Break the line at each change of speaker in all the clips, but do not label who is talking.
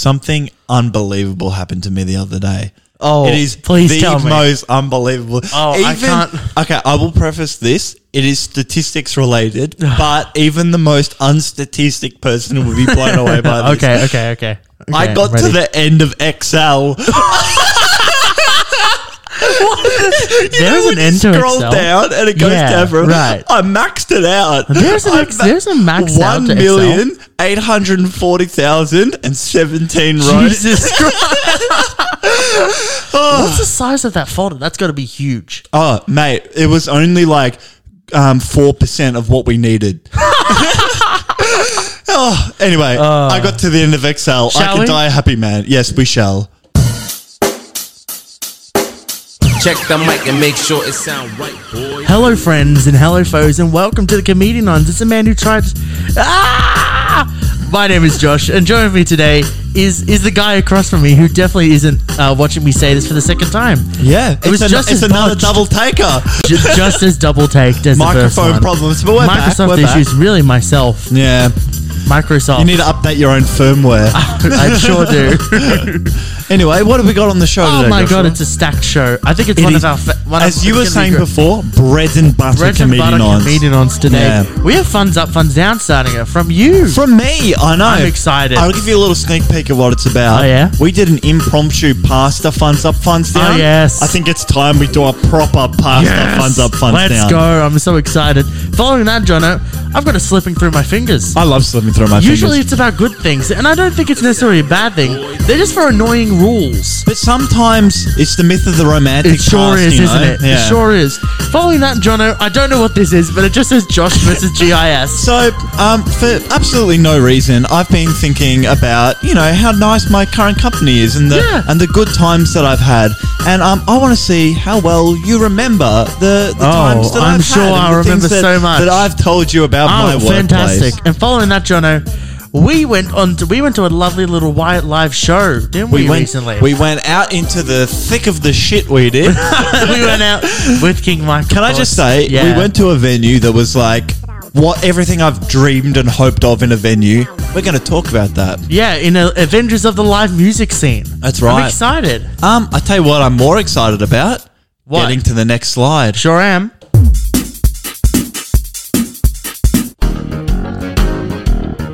Something unbelievable happened to me the other day.
Oh,
it is
please
the
tell me.
most unbelievable.
Oh, I can't-
Okay, I will preface this. It is statistics related, but even the most unstatistic person will be blown away by this.
Okay, okay, okay.
I
Okay,
got to
ready.
the end of XL.
There is
when
an end to
scroll
Excel.
down and it goes
Yeah,
down from
right.
I maxed it out.
There's an
I
ex- there's a max out
one
to
million eight hundred and forty thousand and seventeen rows.
Jesus Christ! What's the size of that folder? That's got to be huge.
Oh, mate, it was only like um four percent of what we needed. oh, anyway, I got to the end of Excel. I
Uh. Shall
can
we?
die a happy man. Yes, we shall.
Check the mic and make sure it sound right, boy.
Hello, friends, and hello, foes, and welcome to the Comedian Ons. It's a man who tried. Ah! My name is Josh, and joining me today is is the guy across from me who definitely isn't uh, watching me say this for the second time.
Yeah,
it
it's,
was
an-
just
it's
as
another
botched.
double taker.
Ju- just as double taked as the first
Microphone
one.
problems, but we're back,
Microsoft
we're back.
issues, really myself,
Yeah,
Microsoft.
you need to update your own firmware.
I sure do.
anyway, what have we got on the show
Oh
today?
my
Joshua?
god, it's a stacked show. I think it's
It
one
is-
of our fa- one
As
of,
you were
it's gonna
saying
be gr-
before, bread and butter
bread and
comedian
butter
ons.
comedian ons today.
Yeah.
We have funds up, funds down, starting it from you.
From me, I know.
I'm excited.
I'll give you a little sneak peek of what it's about.
Oh, yeah? Oh,
We did an impromptu pasta funds up, funds down.
yes.
I think it's time we do a proper pasta funds up, funds
Let's
down.
go. I'm so excited. Following that, Jono, I've got it slipping through my fingers.
I love slipping through my
Usually
fingers.
it's about good things, and I don't think it's necessarily a bad thing. They're just for annoying rules.
But sometimes it's the myth of the romantic
It sure
past,
is,
you
isn't
know?
it?
Yeah.
It sure is. Following that, Jono, I don't know what this is, but it just says Josh versus GIS.
So, um, for absolutely no reason, I've been thinking about you know how nice my current company is and the
Yeah.
and the good times that I've had, and um, I want to see how well you remember the, the
Oh,
times that
I'm
have
sure
had and
I
the
remember
things that,
so much.
that I've told you about my
Oh,
workplace.
fantastic! And following that, Jono, we went on. To, we went to a lovely little Wyatt live show, didn't we,
We went,
recently?
we went out into the thick of the shit we did.
We went out with King Mike.
Can I just say, we went to a venue that was like what everything I've dreamed and hoped of in a venue. We're going to talk about that.
yeah, in a, Avengers of the live music scene.
That's
I'm
right.
excited.
Um, I tell you what, I'm more excited about
What?
getting to the next slide.
Sure am.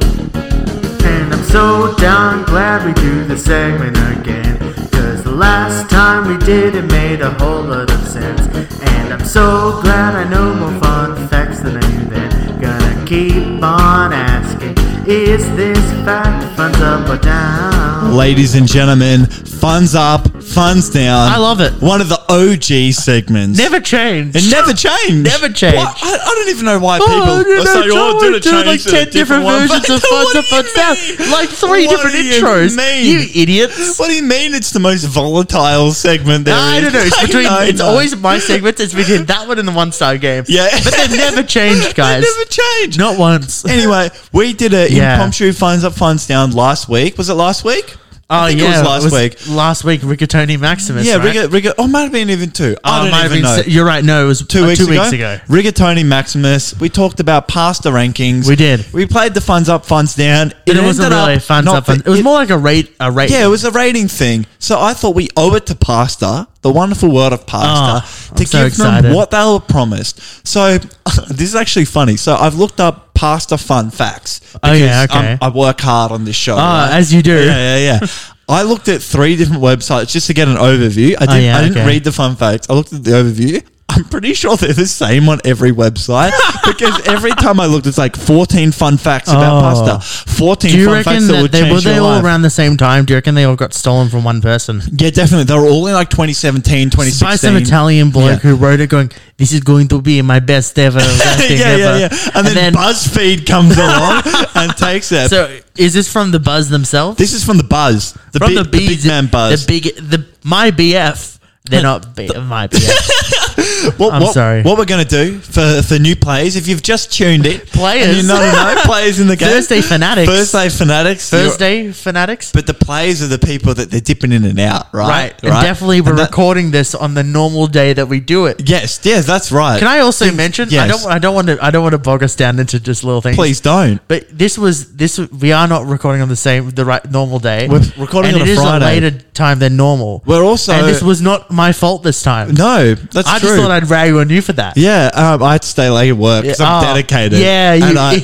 And I'm so darn glad we do the segment again. Cause the last time we did it made a whole lot of sense. And I'm so glad I know more fun facts than I knew then. Gonna keep on asking, is this fact funds up or down?
Ladies and gentlemen, funds up, funds down.
I love it.
One of the OG segments.
Never change.
It never changed.
Never changed.
Why- I, I don't even know why people
Oh, you
are
know,
saying, oh,
Joey
did it
did,
change
like
to a
10 different
one?"
versions of
What
Fonts
do
Up
you
Fonts Down.
mean?
Like three
What
different
do you
intros.
mean?
You idiots.
What do you mean it's the most volatile segment there
I
is?
don't know. It's
I
between.
know,
it's
no.
always my segments. It's between that one and the one star game.
Yeah.
but they've never changed,
It
guys.
never changed.
Not once.
Anyway, we did a
Yeah.
impromptu funds up, funds down last week. Was it last week?
oh
I think
yeah,
it was last week.
Last week, Rigatoni Maximus.
Yeah,
right?
Riga, Riga. Oh, might have been even two. I
Oh,
don't
might have
even
been
know.
se- you're right. No, it was uh,
two weeks,
two
ago,
weeks ago.
Rigatoni Maximus. We talked about pasta rankings.
We did.
We played the funds up, funds down.
But it, wasn't
ended
really
up
fun
not
stuff. It was
be-
more like a rate. A rate.
Yeah, it was a rating thing. So I thought we owe it to pasta, the wonderful world of pasta,
Ah, I'm
to
so
give
excited.
them what they were promised. So this is actually funny. So I've looked up pasta fun facts.
Oh, yeah,
because, um,
okay. Ah,
I work hard on this show. Oh,
Uh, as you do.
Yeah, yeah, yeah. I looked at three different websites just to get an overview. I didn't,
Oh, yeah,
I didn't
okay.
read the fun facts. I looked at the overview. I'm pretty sure they're the same on every website because every time I looked, it's like 14 fun facts
Oh.
about pasta. 14
Do you
fun
reckon
facts that,
that
would
they
change
were they
your
all
life.
around the same time? Do you reckon they all got stolen from one person?
Yeah, definitely. They were all in like 2017,
by
2016.
some Italian bloke
Yeah.
who wrote it, going, "This is going to be my best ever." best thing
yeah,
ever.
yeah, yeah. And, then, BuzzFeed comes along and takes it.
So is this from the Buzz themselves?
this is from the Buzz, the,
from
big, the big man Buzz.
The big the my BF. They're not B, my BF.
What,
I'm
what-
sorry.
What we're going to do for, for new players, if you've just tuned in,
Players?
and you know, no players in the game.
Thursday fanatics.
Thursday fanatics. you're-
Thursday fanatics.
But the players are the people that they're dipping in and out, right?
Right. And definitely we're
And that-
recording this on the normal day that we do it.
Yes, yes, that's right.
Can I also mention I
yes.
don't I don't want to I don't want to bog us down into just little things.
Please don't.
But this was this we are not recording on the same the right normal day.
We're recording
and
on a
it is
Friday.
later time than normal.
We're also-
and this was not my fault this time.
No, that's
I
true.
just thought I'd rag on you for that.
yeah, um, I had to stay late at work because I'm
Yeah, oh,
dedicated.
yeah,
and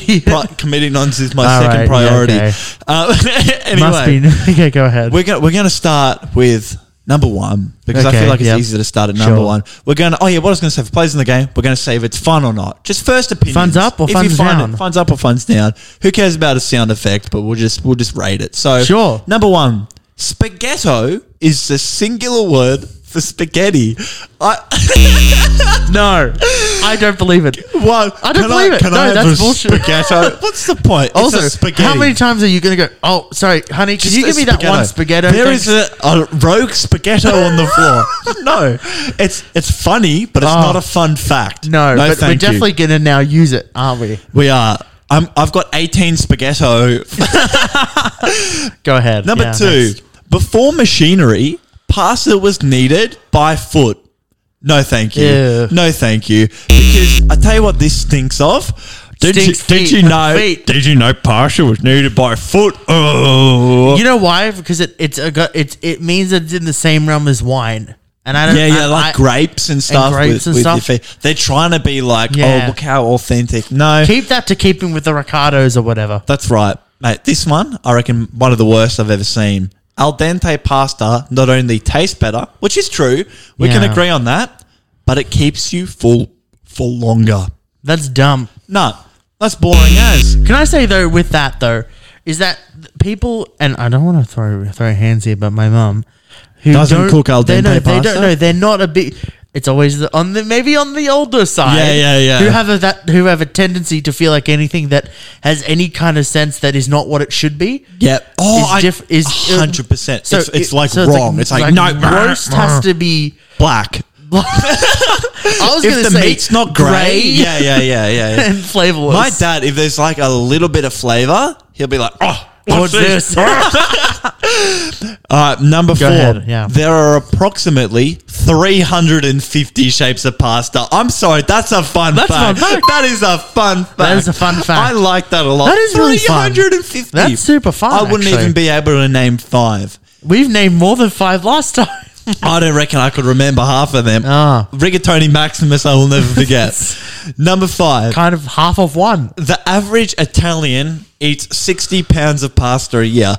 you-
I, pri- committing nonsense is my
All
second
right, yeah,
priority.
okay.
Uh, anyway,
Must be okay. Go ahead.
We're gonna we're gonna start with number one because I
Okay,
feel like it's
yep.
easier to start at number
Sure.
one. We're gonna oh yeah, what I was gonna say for players in the game, we're gonna say if it's fun or not. Just first opinion.
Funds up or funds down?
funds up or funds down. Who cares about a sound effect? But we'll just we'll just rate it. So
Sure.
Number one, spaghetto is the singular word for spaghetti. I
no, I don't believe it.
one.
I don't
can
believe
I,
it.
Can
No,
I have
that's
a
bullshit.
Spaghetto. What's the point? It's a
Also,
spaghetti.
how many times are you going to go? Oh, sorry, honey. Can you give
Just
me
a
that one spaghetti?
There
Thanks.
is a, a rogue spaghetto on the floor. no, it's it's funny, but it's
Oh.
not a fun fact.
no, but we're
thank you.
definitely going to now use it, aren't we?
we are. I'm, I've got 18 spaghetto.
Go ahead.
Number
Yeah,
two,
next.
before machinery, pasta was kneaded by foot. No, thank you.
Ew.
No, thank you. Because I tell you what, this stinks of. Did you,
Stinks
did
feet.
you know?
Feet.
Did you know pasta was kneaded by foot? Oh,
You know why? Because it it's a go- it it means it's in the same realm as wine, and I don't.
Yeah, yeah,
I-
like
I-
grapes and stuff. with,
grapes and
with your
stuff.
feet. They're trying to be like,
Yeah.
oh, look how authentic. No,
Keep that to keeping with the Ricardos or whatever.
that's right, mate. This one, I reckon, one of the worst I've ever seen. Al dente pasta not only tastes better, which is true, we can
Yeah.
agree on that, but it keeps you full for longer.
That's dumb.
No, that's boring as.
Can I say though, with that though, is that th- people and I don't want to throw throw hands here, but my mum who
Doesn't
don't-
cook al
they
dente
know- They
pasta?
don't know. They're not a big. It's always the, on the maybe on the older side.
Yeah, yeah, yeah.
Who have a, that who have a tendency to feel like anything that has any kind of sense that is not what it should be.
Yep. Oh,
is
I,
diff- is- uh,
hundred percent.
So
It's, it's
it-
like
so
wrong. It's like, no
roast has to be.
black.
I was
If
going
the
to say
meat's not grey, yeah, yeah, yeah, yeah. yeah.
and flavorless.
My dad, if there's like a little bit of flavor, he'll be like, "Oh,
What's this?
Uh, number four.
ahead, yeah.
There are approximately 350 shapes of pasta. I'm sorry, that's a fun
That's a
fact.
fun fact.
That is a fun fact.
is a fun fact.
I like that a lot.
That is really fun.
350.
That's super fun,
I wouldn't
actually.
even be able to name five.
We've named more than five last time.
I don't reckon I could remember half of them.
Ah.
Rigatoni Maximus, I will never forget. number five.
kind of half of one.
The average Italian eats 60 pounds of pasta a year.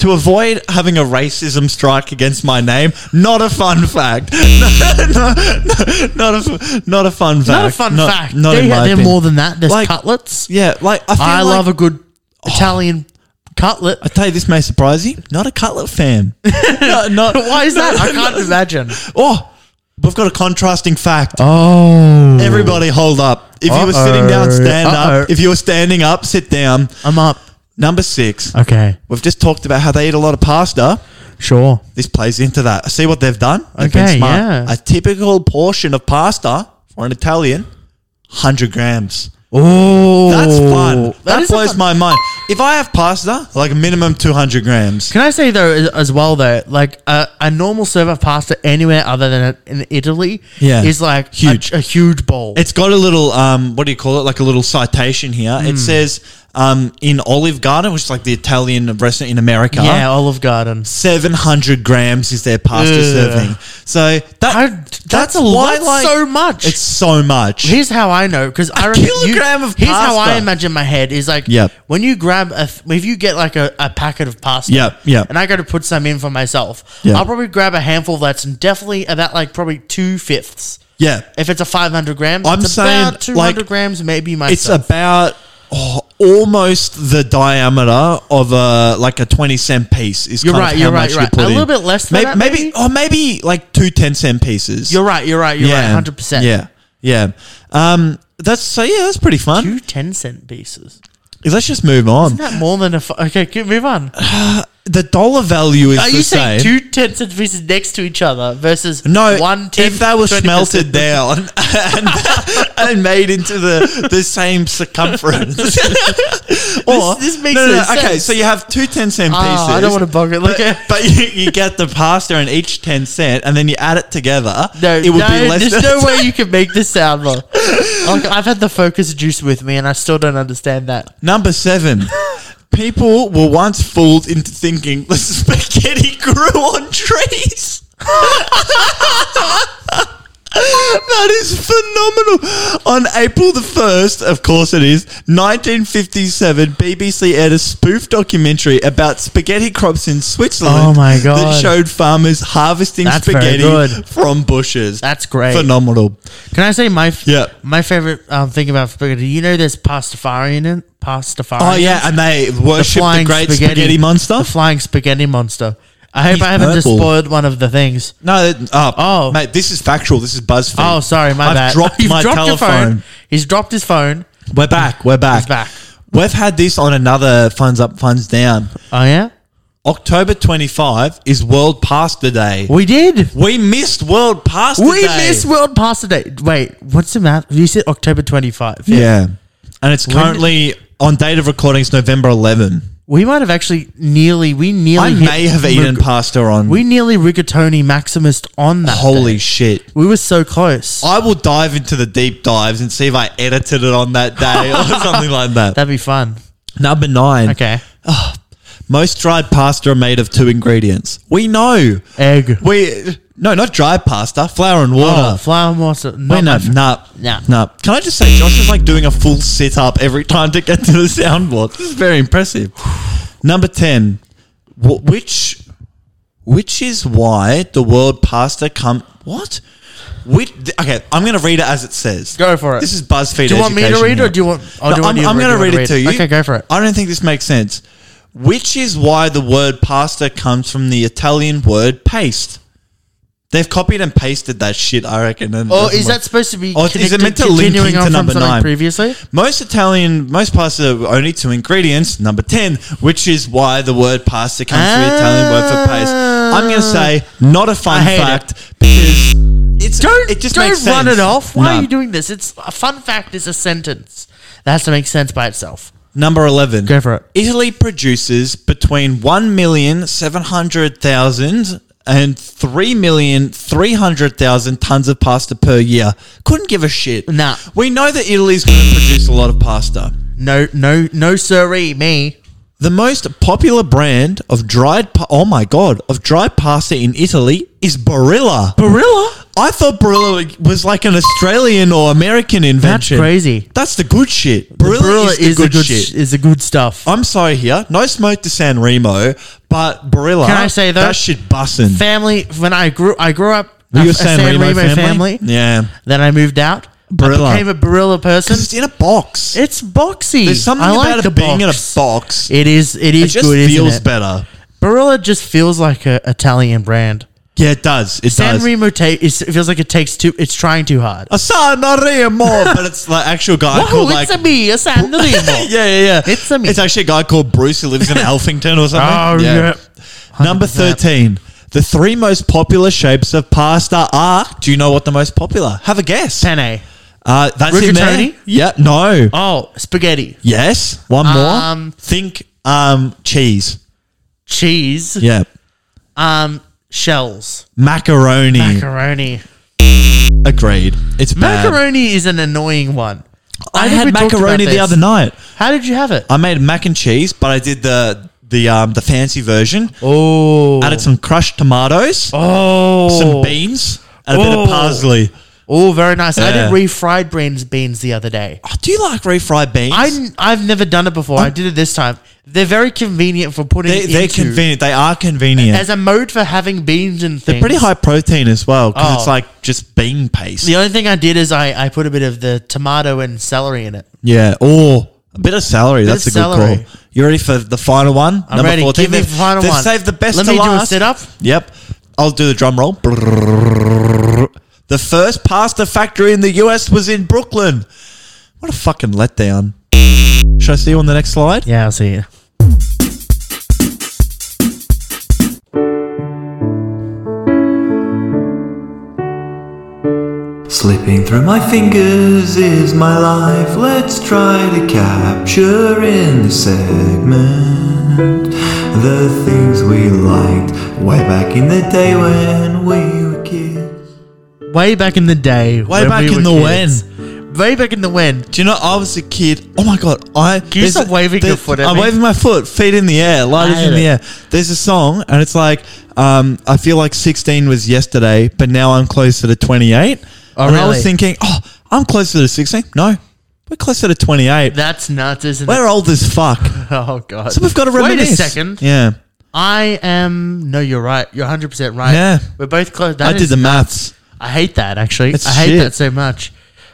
To avoid having a racism strike against my name, not a fun fact. No, no, no, not, a, fu- not a fun fact.
Mm. Not a fun fact.
Not
they,
in my
they're
opinion.
more than that. There's
Like-
cutlets.
Yeah, like I, feel
I
like-
love a good Italian cutlet.
I tell you, this may surprise you. Not a cutlet fan. no, not,
Why is that? I can't imagine.
Oh, we've got a contrasting fact.
Oh,
Everybody, hold up. If you were sitting down,
Uh-oh.
stand
Uh-oh.
up. If you were standing up, sit down.
I'm up.
Number six.
Okay,
We've just talked about how they eat a lot of pasta.
sure.
This plays into that. I see what they've done. They've
Okay, yeah.
A typical portion of pasta for an Italian, 100 grams.
Oh,
That's fun. That,
is a
blows
fun-
my mind. If I have pasta, like a minimum 200 grams.
Can I say though, as- as well though, like a, a normal serve of pasta anywhere other than in Italy,
Yeah.
is like a-
Huge.
a, huge bowl.
It's got a little, um, what do you call it? Like a little citation here.
Hmm.
It says um, in Olive Garden, which is like the Italian restaurant in America.
yeah, Olive Garden.
700 grams is their pasta
Ugh.
serving. So that,
I-
that's,
that's a
why,
lot. so much.
It's so much.
Here's how I know because I reckon you-
kilogram of
Here's how I
pasta.
imagine my head is like
Yep.
when you grab a th- if you get like a, a packet of pasta
Yep, yep.
and I go to put some in for myself
Yeah.
I'll probably grab a handful that's definitely about like probably two fifths
yeah.
if it's a 500 grams
I'm
it's
saying,
about 200
like,
grams maybe
It's
myself
about oh, almost the diameter of a like a 20 cent piece is
You're
kind
right,
of how
you're right,
much
you're
you
right.
put
A
in.
little bit less than
maybe,
that,
maybe
maybe?
or maybe like two 10 cent pieces.
you're right you're right you're right 100 percent
Yeah. Yeah. Um that's so yeah, that's pretty fun.
two 10 cent pieces
Let's just move on.
isn't that more than a f- okay good, move on
the dollar value is
Are
the
you
same.
saying two ten cent pieces next to each other versus
no,
one ten?
if they were
20%?
smelted down and, and made into the, the same circumference. or,
this makes
no, no,
no
no, Okay,
sense.
so you have two 10 cent
Ah,
pieces.
I don't want to bog it. Look
But,
at
but you, you get the pasta and each 10 cent, and then you add it together.
no,
it would
no,
be less
there's
than
no way you can make this sound wrong. Like, I've had the focus juice with me, and I still don't understand that.
Number seven. People were once fooled into thinking the spaghetti grew on trees. that is phenomenal. On April the 1st, of course it is, 1957, BBC aired a spoof documentary about spaghetti crops in Switzerland
Oh my
that
God.
showed farmers harvesting
That's very
spaghetti
good.
from bushes.
That's great.
Phenomenal.
Can I say my f-
Yeah.
my favorite um, thing about spaghetti? You know, there's pastafarian in pastafarian.
Oh, yeah, and they worshipped the, great spaghetti, monster.
the flying spaghetti monster. I hope
He's
I haven't just
purple.
spoiled one of the things.
No, that- oh,
Oh.
mate, this is factual. This is BuzzFeed.
Oh, sorry, my
I've
bad.
dropped
You've
my
your
telephone.
phone. He's dropped his phone.
We're back. We're back.
He's back.
We've had this on another funds up, funds down.
Oh yeah,
October twenty five is World Pasta Day.
we did.
We missed World Pasta
We
Day.
missed World Pasta Day. Wait, what's the math? You said October twenty five.
Yeah. and it's currently on date of recording. It's November eleven.
we might have actually nearly. We nearly.
I
hit
may have eaten
Rig-
pasta on.
we nearly rigatoni maximus on that.
holy
day.
shit.
we were so close.
I will dive into the deep dives and see if I edited it on that day or something like that.
That'd be fun.
Number nine.
Okay,
Most dried pasta are made of two ingredients. We know.
egg.
We no, not dry pasta, flour and
Oh,
water.
flour mustard.
Wait,
Not
no,
my fr-
no,
Nah.
no. Can I just say, Josh is like doing a full sit up every time to get to the soundboard. This is very impressive. Number ten, wh- which, which is why the word pasta come what? Which, okay, I'm going to read it as it says.
Go for it.
This is BuzzFeed.
Do you want me to
education
read or
here.
do you want- or do you
no,
want
I'm,
you-
I'm going
or do you
to
wanna
read it
read?
to you.
Okay, go for it.
I don't think this makes sense. Which is why the word pasta comes from the Italian word paste. They've copied and pasted that shit, I reckon. and it
Or
doesn't
Oh, is
work.
that supposed to be?
Or is it
connected-
meant to link
continuing
into
on from
number
something
nine?
previously?
Most Italian, most pasta are only two ingredients. Number 10, which is why the word pasta comes from the Italian word for paste. I'm going to say not a fun
Ah. I hate
fact because it's,
Don't
it just
don't
makes
run
sense.
it off. Why
No.
are you doing this? It's a fun fact is a sentence that has to make sense by itself.
Number 11.
Go for it.
Italy produces between 1,700,000 and 3,300,000 tons of pasta per year. Couldn't give a shit.
Nah.
We know that Italy's going to produce a lot of pasta.
No, no, no, siree, me.
The most popular brand of dried pa- oh my god, of dried pasta in Italy is Barilla.
Barilla?
I thought Barilla was like an Australian or American invention.
crazy.
That's the good shit. Barilla, is the good, shit.
is the good stuff.
I'm sorry here. No smoke to San Remo, but Barilla.
Can I say though?
that shit bussin'?
family. When I grew, I grew up.
Were you
a
a San, Remo, family? Yeah,
Then I moved out.
Barilla.
I became a Barilla person.
'Cause it's in a box.
It's boxy.
There's something
I like
about
the
it being
box.
in a box.
It is. It
it
is
just
good.
feels
isn't it?
better.
Barilla just feels like a Italian brand.
Yeah, it does. It
San
does.
Remo ta- is, it feels like it takes too. It's trying too hard.
a San Remo, but it's like actual guy
Whoa,
called
it's
like.
a me, a San Remo.
yeah, yeah, yeah.
It's a Oh, me.
It's actually a guy called Bruce who lives in Elphington or something. Number 13. The three most popular shapes of pasta are. Do you know what the most popular? Have a guess.
Penne.
Uh, that's in there.
Rigatoni?
Yeah. No.
Oh, spaghetti,
Yes. One more.
Um,
Think um, cheese.
cheese,
Yeah.
um, shells,
Macaroni.
macaroni.
Agreed. It's bad.
Macaroni is an annoying one.
I
think we
had
talked about
macaroni the
this.
other night.
How did you have it?
I made mac and cheese, but I did the the um, the fancy version.
Oh,
Added some crushed tomatoes,
oh,
some beans, and a bit of
Oh.
parsley.
Oh, very nice. I
Yeah.
did refried beans beans the other day.
Oh, do you like refried beans?
I I've never done it before. i did it this time. They're very convenient for putting
they,
into
they're convenient. They are convenient.
as a mode for having beans and things.
they're pretty high protein as well because it's
Oh.
like just bean paste.
The only thing I did is I, I put a bit of the tomato and celery in it.
Yeah, or a bit of celery.
Bit
That's
of
a
celery.
good call. You ready for the final one?
I'm ready. Give me
They've-
the final
they've
one.
saved the best
Let
to
me do a
last.
sit-up.
Yep. I'll do the drum roll. The first pasta factory in the US was in Brooklyn. What a fucking letdown. Should I see you on the next slide?
Yeah, I'll see you.
Slipping through my fingers is my life. Let's try to capture in this segment the things we liked way back in the day when we were kids.
Way back in the day.
Way
when
back
we
in
were
the
kids. Way back in the when.
Do you know I was a kid? Oh my god! I
Can you
there's
stop
a-
waving your
there-
foot at
I'm
me?
waving my foot, feet in the air, light
I
is in
hate
the
it.
air. There's a song, and it's like, um, I feel like 16 was yesterday, but now I'm closer to 28.
Oh,
and I was
really?
thinking, oh, I'm closer to 16. No, we're closer to 28.
That's nuts, isn't
we're
it?
old as fuck.
Oh god.
So we've got to reminisce.
Wait a second.
Yeah,
I am. No, you're right. You're 100 percent right.
Yeah.
we're both close.
I
That is.
did the maths.
I hate that actually.
It's
I hate
shit.
that so much.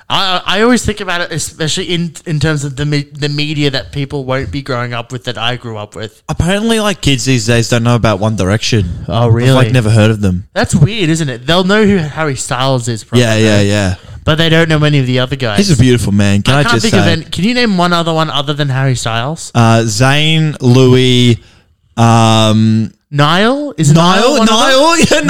I I always think about it, especially in in terms of the me- the media that people won't be growing up with that I grew up with.
Apparently, like kids these days don't know about One Direction.
Oh,
I've like
really?
never heard of them.
That's weird, isn't it? They'll know who Harry Styles is, probably,
Yeah, yeah, yeah.
but they don't know any of the other guys.
He's a beautiful man. Can I,
I can't
just
think
say?
of any. Can you name one other one other than Harry Styles?
uh, Zane, Louis, um,
Niall is
Niall,
one of
Niall,
them? Ah,
yeah,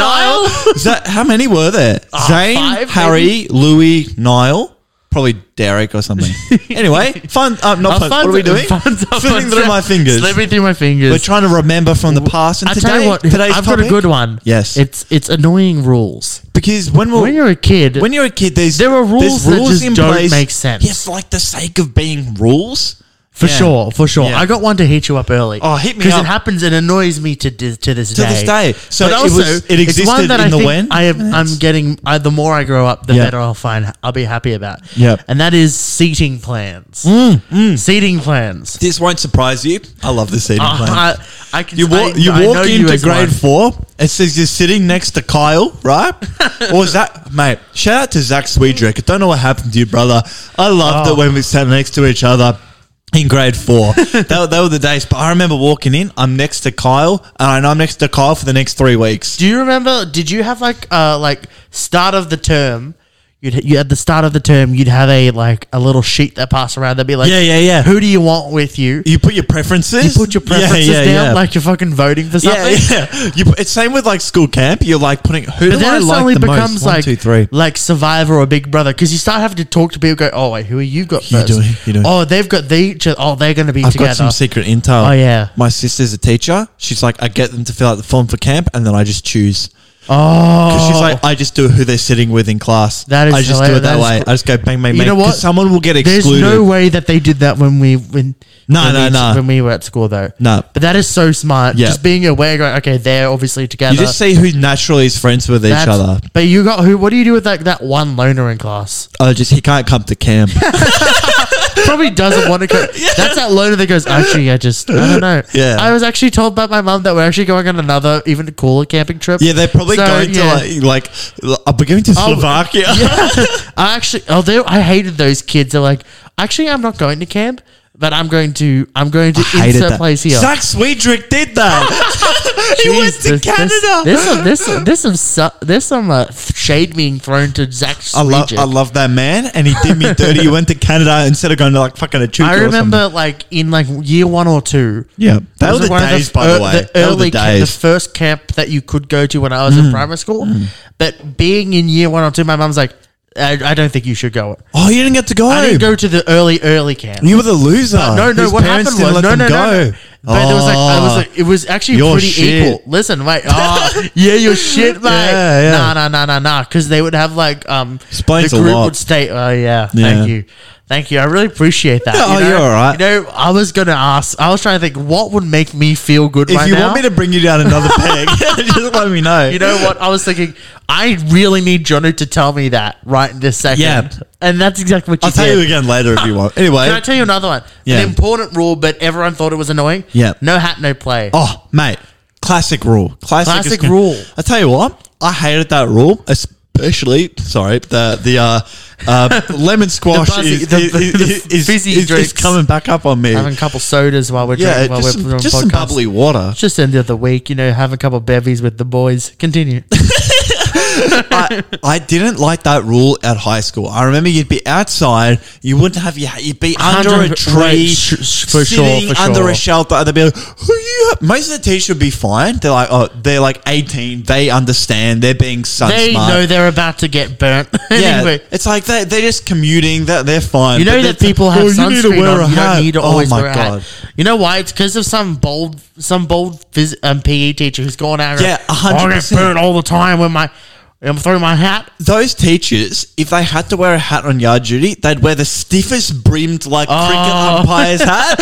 Niall. Za- how many were there? Zane,
five,
Harry,
maybe?
Louis, Niall, probably Derek or something. anyway, fun. Uh, not fun. What are we doing? Flipping through my fingers.
Slipping through my fingers.
We're trying to remember from the past. And
I
today,
tell you what,
today's
I've got a
topic-
good one.
Yes.
it's it's annoying rules.
because when we
When you're a kid,
when you're a kid, there's
There are
there's
rules that just don't make sense.
Yes, like the sake of being rules.
for
Yeah.
sure, for sure.
Yeah.
I got one to hit you up early.
Oh, hit me
because
up.
it happens and annoys me to di- to this
To
day.
this day. So
but
it
also,
was- it
it's one
existed
that I
in the
think
when?
I have, I'm getting I, the more I grow up, the
Yeah.
better I'll find. I'll be happy about.
Yep. Mm,
and that is seating plans. Seating plans.
This won't surprise you. I love this eating
Uh,
plan.
I, I can.
You
I-
walk, you
I know
walk
you
into
as
grade
one.
four. It says you're sitting next to Kyle, right? or is that, mate? Shout out to Zach Swedrick. I don't know what happened to you, brother. I loved
Oh.
it when we sat next to each other in grade four. that, that were the days. But I remember walking in. I'm next to Kyle, and I'm next to Kyle for the next three weeks.
Do you remember? Did you have like uh like start of the term? You'd you at the start of the term you'd have a like a little sheet that passed around. That'd be like
Yeah, yeah, yeah.
Who do you want with you?
You put your preferences.
You put your preferences down like you're fucking voting for
yeah,
something.
yeah. You, put- it's same with like school camp. You're like putting who
But
do
then
I
it
like
suddenly
the
becomes
most? One,
like
two, three.
like Survivor or Big Brother because you start having to talk to people. Go, oh wait, who are you got
You
first?
doing- you doing.
Oh, they've got they. each- Oh, they're going to be
I've
together.
got some secret intel.
Oh, yeah.
my sister's a teacher. She's like, I get them to fill out the form for camp, and then I just choose.
oh,
Because she's like, I just do who they're sitting with in class.
That is
I just do
hilarious.
it that,
That is
way.
cr-
I just go bang, bang,
You
bang.
know
'Cause
what?
Someone will get
There's
excluded.
no way that they did that when we when
No,
when
no,
we,
no.
when we were at school though.
No.
but that is so smart.
Yeah.
Just being aware, going okay, they're obviously together.
You just see who naturally is friends with each
That's-
other.
But you got who? What do you do with like that one loner in class?
Oh, just he can't come to camp.
Probably doesn't want to go. That's that loner that goes. Actually, I just I don't know.
Yeah.
I was actually told by my mum that we're actually going on another even cooler camping trip.
yeah, they're probably
So,
going
yeah.
to like, like I'll be going to
Oh,
Slovakia.
I actually, although I hated those kids, they're like, actually, I'm not going to camp, but I'm going to, I'm going to insert place here.
Zach Swedrick did that. he went to
Jesus,
Canada.
This, this, this, some- this, some su- this, some uh, shade being thrown to Zach
I love,
Sweetjig.
I love that man, and he did me dirty. He went to Canada instead of going to like fucking a choo
I remember, like in like year one or two.
Yeah, that
was
was the
one of
days, by
er-
the way. That were the
early camp- the
days. Mm.
first camp that you could go to when I was in primary school. But being in year one or two, my mum's like, I, I don't think you should go.
Oh, you didn't get to go.
I didn't go to the early early camp.
You were the loser.
No, no.
His
What happened
parents
was
didn't
no,
let
no,
them
no,
go.
no. But there was like, I was
Oh.
like, it was actually
You're
pretty
shit.
equal. Listen, wait. Oh, yeah, you're shit, mate.
Yeah, yeah.
Nah, nah, nah, nah, nah. Because they would have like, um,
Explains
the
a
group
lot.
would stay. Oh yeah,
Yeah.
thank you, thank you. I really appreciate that.
Yeah, oh,
you know?
you're all right.
You know, I was gonna ask. I was trying to think what would make me feel good
if
right
you
now.
want me to bring you down another peg, just let me know.
you know what? I was thinking. I really need Jono to tell me that right in this second.
Yeah.
and that's exactly what you
I'll
did.
tell you again later if you want.
Can I
Anyway,
tell you another one?
Yeah.
An important rule, but everyone thought it was annoying.
Yeah.
No hat, no play.
oh mate, classic rule. Classic,
Classic
is-
rule.
I tell you what, I hated that rule, especially. Sorry, the the uh, uh, lemon squash
The fuzzy-
is,
the-
is,
the- the
is, is,
fizzy
is- is
drinks.
coming back up on me.
Having a couple sodas while we're
Yeah,
drinking, while
just,
we're
some,
doing
just
podcasts.
some bubbly water.
It's just end of the week, you know, have a couple bevvies with the boys. Continue.
I, I didn't like that rule at high school. I remember you'd be outside, you wouldn't have your ha- you'd be under a
Hundred-
tree,
right, sh- sh- for sure,
sitting
for
under a
sure.
shelter, and they'd be like, "Who you?" ha-" Most of the teachers would be fine. They're like, "Oh, they're like eighteen. They understand. They're being sun
They
smart."
know they're about to get burnt.
yeah,
anyway,
it's like they they're just commuting. That they're fine.
you know
But
that
they're-
people have
"Oh,
sunscreen
you need to wear
on.
a
you
hat."
don't need to always
oh my
wear a
god.
hat. You know why? It's because of some bold, some bold phys- um, PE teacher who's gone out. "Oh,
Yeah, a hundred
I get
percent.
burnt all the time when my I'm throwing my hat.
those teachers, if they had to wear a hat on yard duty, they'd wear the stiffest brimmed like cricket
Oh.
umpire's hat.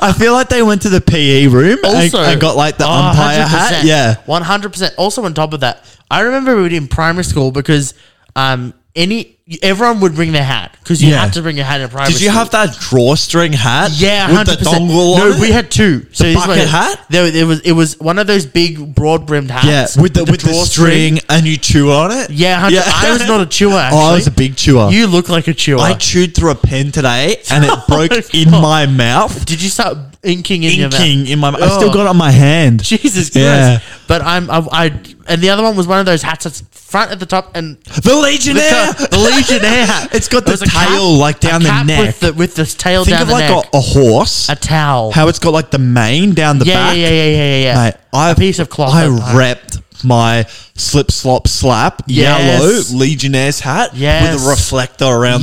I feel like they went to the PE room and,
Also,
and got like the
Oh,
umpire hat.
100%.
Yeah.
one hundred percent. Also, on top of that, I remember we were in primary school because um any everyone would bring their hat because you
Yeah.
had to bring your hat in primary.
Did you
school.
have that drawstring hat?
Yeah,
with the
hundred percent.
dongle on
No,
it?
we had two. So this
bucket
way-
hat?
There, there was it was one of those big broad brimmed
yeah,
hats.
with the with the string and you chew on it.
Yeah, 100 I was not a chewer. Actually.
Oh, I was a big chewer.
You look like a chewer.
I chewed through a pen today and it broke
Oh,
in
God.
my mouth,
Did you start inking in your mouth?
inking in my. mouth. I still
Oh.
got it on my hand.
Jesus Christ!
Yeah.
But I'm I, I and the other one was one of those hats that's front at the top and
The Legionnaire.
the, the legionnaire hat.
It's got
It
the
was a cap-
tail, like,
a
down the
cap
neck.
with the with this tail
Think
down
of
the
like
neck.
a, a horse.
a towel.
how it's got like the mane down the
yeah,
back.
yeah, yeah, yeah, yeah, yeah.
Mate, I,
a piece of cloth.
I
at the back.
repped my slip, slop, slap
Yes.
yellow Legionnaires hat
Yes.
with a reflector around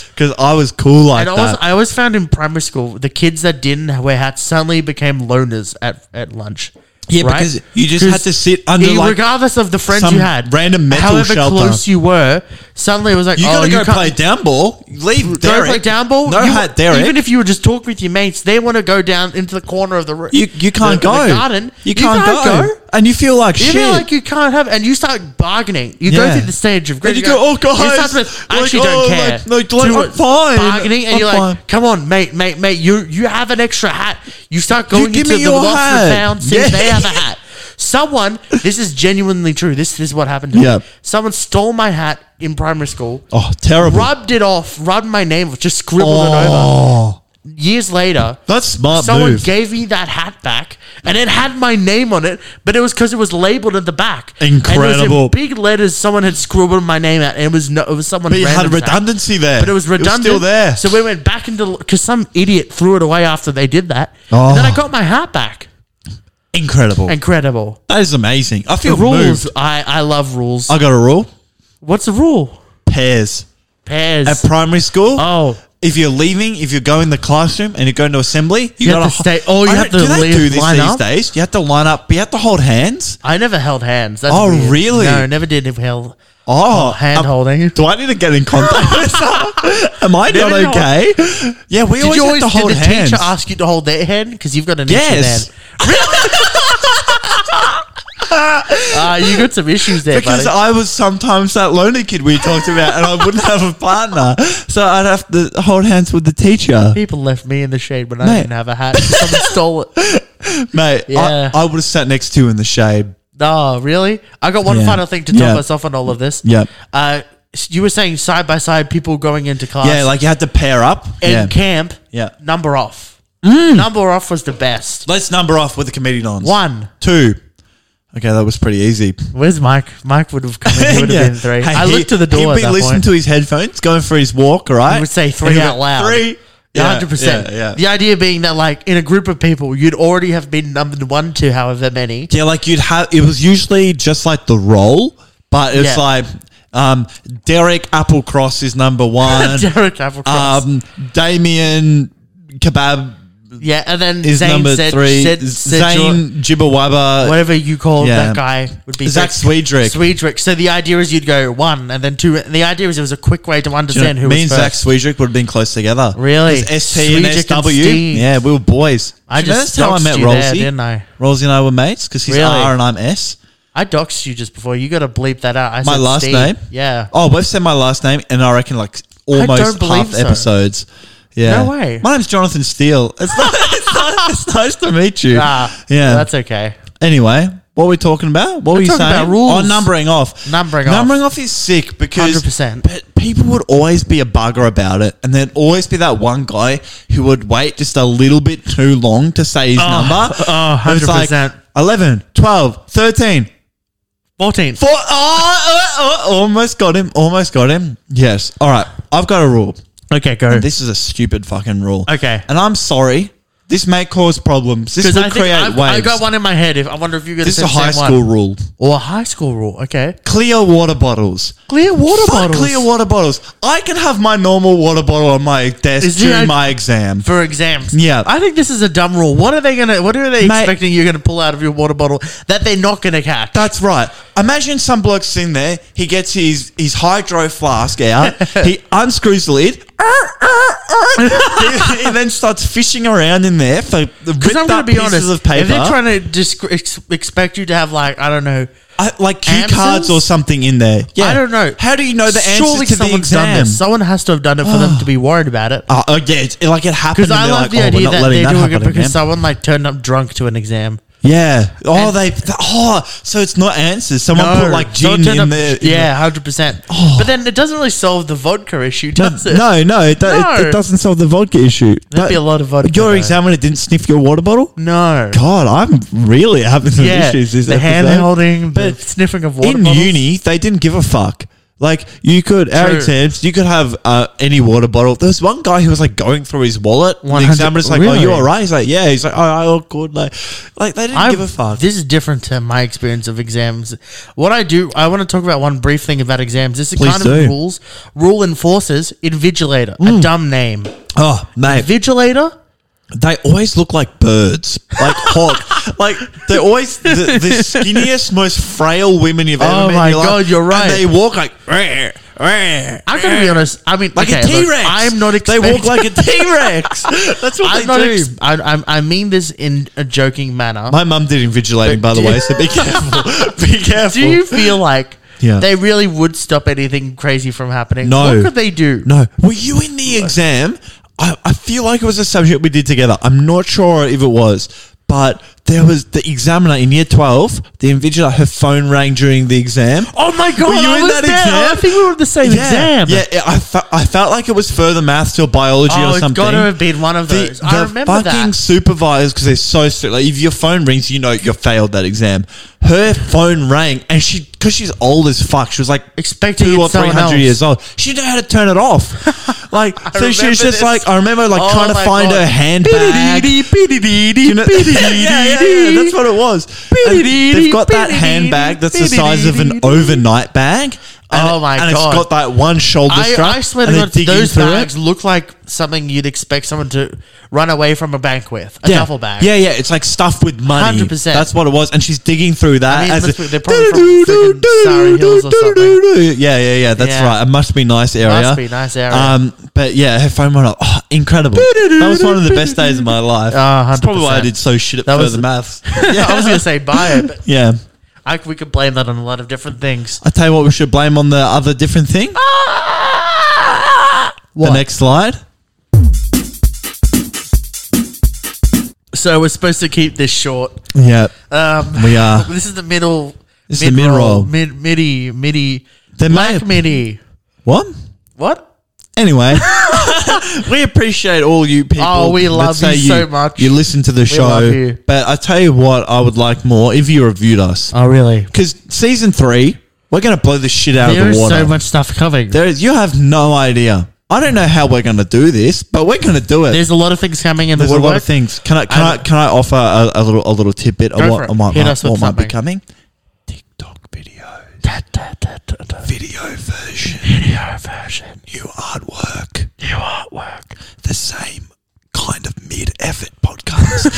the top because I was cool like
And I
that.
always, I always found in primary school the kids that didn't wear hats suddenly became loners at, at lunch.
Yeah, because you just had
'Cause
to sit under,
e-
like,
regardless of the friends
some
you had,
random metal
however
shelter.
close you were, suddenly it was like,
you
oh,
gotta
you
go
can't-
play down ball. Leave
Go
Derek.
play down ball.
No
You-
hat, Derek.
Even if you were just talking with your mates, they want to go down into the corner of the room.
you you can't
the,
go.
The garden.
You can't, go. And you feel like
You
shit.
feel like you can't have, and you start bargaining. You
Yeah.
go through the stage of
And you go, "Oh, guys,"
You start with, I
like,
actually
"Oh,
don't care.
like- like, like,
To
I'm
it,
fine.
Bargaining, and
I'm
you're
fine.
like, come on, mate, mate, mate. You you have an extra hat. You start going
give
into
me
the
your
lost
hat.
and found. See if
Yeah.
they have a hat. Someone, this is genuinely true. This, this is what happened to
Yeah.
me. Someone stole my hat in primary school.
oh, terrible.
Rubbed it off, rubbed my name off, just scribbled
oh,
it over. Years later,
that's smart
Someone
move.
gave me that hat back, and it had my name on it, but it was because it was labeled at the back. And it was
Incredible.
in big letters. Someone had scribbled my name out, and it was no, it was someone.
but you had
random's hat.
redundancy there.
But it was redundant.
still there.
So we went back into because some idiot threw it away after they did that,
Oh.
and then I got my hat back.
Incredible.
Incredible.
That is amazing. I
The
feel
rules.
moved.
I I love rules.
I got a rule.
What's the rule?
Pairs.
Pairs.
At primary school,
oh.
if you're leaving, if you're going to classroom and you're going to assembly, you,
You have
gotta
to stay- oh, you
I
have
don't-
to
do they
leave-
do this
line
these
up?
days? You have to line up. but You have to hold hands.
I never held hands. That's
Oh,
weird.
really?
No, I never did held
Oh,
hand
um,
holding.
do I need to get in contact with someone? Am I
No,
not
no, no.
okay? Yeah, we
Did
always,
you always
have to hold
did the
hands.
teacher ask you to hold their hand because you've got an
Yes.
issue there? Ah, you got some issues there,
Because
buddy.
I was sometimes that lonely kid we talked about, and I wouldn't have a partner, so I'd have to hold hands with the teacher.
People left me in the shade when I
Mate.
didn't have a hat. 'cause Someone stole it.
Mate,
Yeah.
I, I would have sat next to you in the shade.
No, really? I got one
Yeah.
final thing to top
Yeah.
myself on all of this.
Yeah.
Uh, s- you were saying side by side people going into class.
Yeah, like you had to pair up.
in
yeah.
camp.
Yeah. Mm.
Number off. Number off was the best.
Let's number off with the comedians.
One.
two. Okay, that was pretty easy.
Where's Mike? Mike would have come in. He would have
Yeah.
been three.
Hey,
I
he-
looked to the door
He'd
at
be
that
listening
point.
to his headphones, going for his walk. Right?
He would say three
And he'd
out
go,
loud.
Three.
Yeah, hundred percent.
Yeah,
The
yeah.
idea being that, like, in a group of people, you'd already have been numbered one to however many.
Yeah, like you'd have. It was usually just like the role, but it's
Yeah.
like um, Derek Applecross is number one.
Derek Applecross.
um, Damien Kebab
yeah, and then
is
Zane
number
said,
three.
said, said your-
Zane Jibawaba.
whatever you called
Yeah.
that guy would be
Zach Swedrick.
Swedrick. So the idea is you'd go one and then two. And the idea is it was a quick way to
You know,
understand who
me and
was
Zach
first.
Swedrick would have been close together.
Really?
'Cause ST and
Swedrick and
SW.
Steve.
yeah, we were boys.
I
Do you know
just
that's how I
doxed
met
you
Rosie.
there, didn't I?
Rosie and I were mates because he's
Really?
R and I'm S.
I doxed you just before. You got to bleep that out. I
My
said
last
Steve.
name?
Yeah.
Oh, we've said my last name, and I reckon like almost
believe
half the
so.
episodes. Yeah.
No way.
My name's Jonathan Steele. It's, not, it's, not, it's nice to meet you.
Ah,
yeah.
That's okay.
Anyway, what were we talking about? What were you
talking
saying?
about rules.
Oh, numbering off.
Numbering off.
Numbering off is sick because
100%.
pe- people would always be a bugger about it. And there'd always be that one guy who would wait just a little bit too
Ah,
long to say his number.
oh,
It was like
100%.
11, 12, 13.
14.
Four, oh, oh, oh, uh, almost got him. Almost got him. Yes. All right. I've got a rule.
Okay, go.
This is a stupid fucking rule.
Okay.
And I'm sorry. This may cause problems. This
Because
will
I think
create
I've,
waves.
I got one in my head. If I wonder if you got
This is
the
a high
same
school
one.
rule.
or a high school rule. Okay,
Clear water bottles.
clear water
Fuck
bottles.
clear water bottles. I can have my normal water bottle on my desk
Is there
during
a-
my exam.
for exams.
Yeah.
I think this is a dumb rule. What are they gonna? What are they
Mate-
expecting you're gonna pull out of your water bottle that they're not gonna catch?
That's right. Imagine some bloke sitting there. He gets his his hydro flask out. he unscrews the lid. he, he then starts fishing around in there for the ripped
Because I'm gonna
up
be
pieces
honest,
of paper.
if they're trying to just ex- expect you to have like I don't know,
I, like cue
Answers?
cards or something in there. Yeah.
I don't know.
How do you know Oh, the answer
surely
to the
someone's
exam?
done this. Someone has to have done it for them to be worried about it.
Oh, oh, yeah, it's, like it happened.
Because
And
I
they're
love
like,
the
oh, we're
idea
not
that
letting
they're
that
doing it
happen
because
again.
someone like turned up drunk to an exam.
Yeah. Oh,
And-
they. th- Oh, so it's not answers. Someone put like
someone
gin
turned
in
up-
there.
Yeah, hundred percent. But then it doesn't really solve the vodka issue, does it?
No, no, it, do-
No.
It, it doesn't solve the vodka issue.
There'd be
That-
a lot of vodka,
Your
though.
examiner didn't sniff your water bottle.
no.
God, I'm really having some
yeah,
issues. This
the hand
episode.
holding, the
But
sniffing of water
in
bottles.
uni, they didn't give a fuck. Like you could our
True.
exams, you could have uh, any water bottle. There was one guy who was like going through his wallet. and The
100
examiner's like, "Oh,
really?
you all right?" He's like, "Yeah." He's like, "Oh, I all good." Like, like they didn't
I
give a fuck.
This is different to my experience of exams. What I do, I want to talk about one brief thing about exams. This is
Please
kind
do. Mm.
of rules. Rule enforces invigilator, a dumb name.
oh, mate,
Vigilator.
they always look like birds, like hawk. Like they're always the, the skinniest, most frail women you've
Oh
ever met. in
my
your life.
God, you're right.
And they walk like. "Rah, rah,
I'm gonna be honest. I mean,
Like
okay,
a
look,
T Rex.
I'm not. Expecting,
They walk like a T Rex. That's what
I'm
they
not.
do.
Ex- I, I'm- I mean this in a joking manner.
My mum did invigilating, by the way, so be careful. be careful.
do you feel like
Yeah.
they really would stop anything crazy from happening?
No.
What could they do?
no. Were you in the exam? I, I feel like it was a subject we did together. I'm not sure if it was, but there was the examiner in year 12, the invigilator, her phone rang during the exam.
Oh my god!
Were you
I
in
was
that
there.
exam?
I think we were at the same exam.
Yeah, yeah I, fe- I felt like it was further maths or biology
Oh,
or
it's
something.
got to have been one of
the,
those. I
the
remember
fucking
that.
supervisors because they're so strict. Like if your phone rings, you know you failed that exam. Her phone rang, and she because she's old as fuck. She was like
Expecting
two
it's
or three
someone
hundred
else.
years old. She didn't know how to turn it off. like
I
so, she was just
remember this.
like I remember like
Oh
trying to
my
find
God.
her handbag. You know- yeah, yeah, yeah, that's what it was. And they've got that handbag that's the size of an overnight bag. And
Oh my
and
God.
it's got that one shoulder
I,
strap.
I swear to
and they're
God,
digging
those
through
bags
it.
look like something you'd expect someone to run away from a bank with. A
Yeah.
duffel bag.
yeah, yeah, it's like stuffed with money.
100%.
That's what it was, and she's digging through that.
I mean,
as
that's
a-
what- they're probably from friggin' Surrey Hills or something.
Yeah, yeah, yeah. That's
Yeah.
right. It must be nice area.
Must be nice area.
Um, but yeah, her phone went up. Oh, incredible. That was one of the best days of my life.
Ah,
That's probably why I
100%.
did so shit at
That was-
further maths.
I was going to say buy it, but
yeah.
I, we could blame that on a lot of different things.
I tell you what, we should blame on the other different thing.
Ah!
The next slide.
So we're supposed to keep this short.
Yeah,
Um,
we are.
this is the middle.
Ah. This is the mid-roll.
Mid, midi, midi.
They
black
may-
midi.
What?
What?
Anyway, we appreciate all you people.
Oh, we
that
love
say
you so much.
You listen to the show,
love you.
but I tell you what, I would like more if you reviewed us
Oh, really?
because season three, we're going to blow the shit out
There
of
is
the water.
so much stuff coming.
there is, you have no idea. I don't know how we're going to do this, but we're going to do it.
There's a lot of things coming in
There's
the
a
woodwork.
lot of things. Can I can I,
Um,
can I offer a, a little a little tidbit of
Go
what,
for it.
what,
Hit
might,
us with
what might be
something.
coming? TikTok videos. Video version. Video version. New artwork. New artwork. The same kind of mid effort podcast.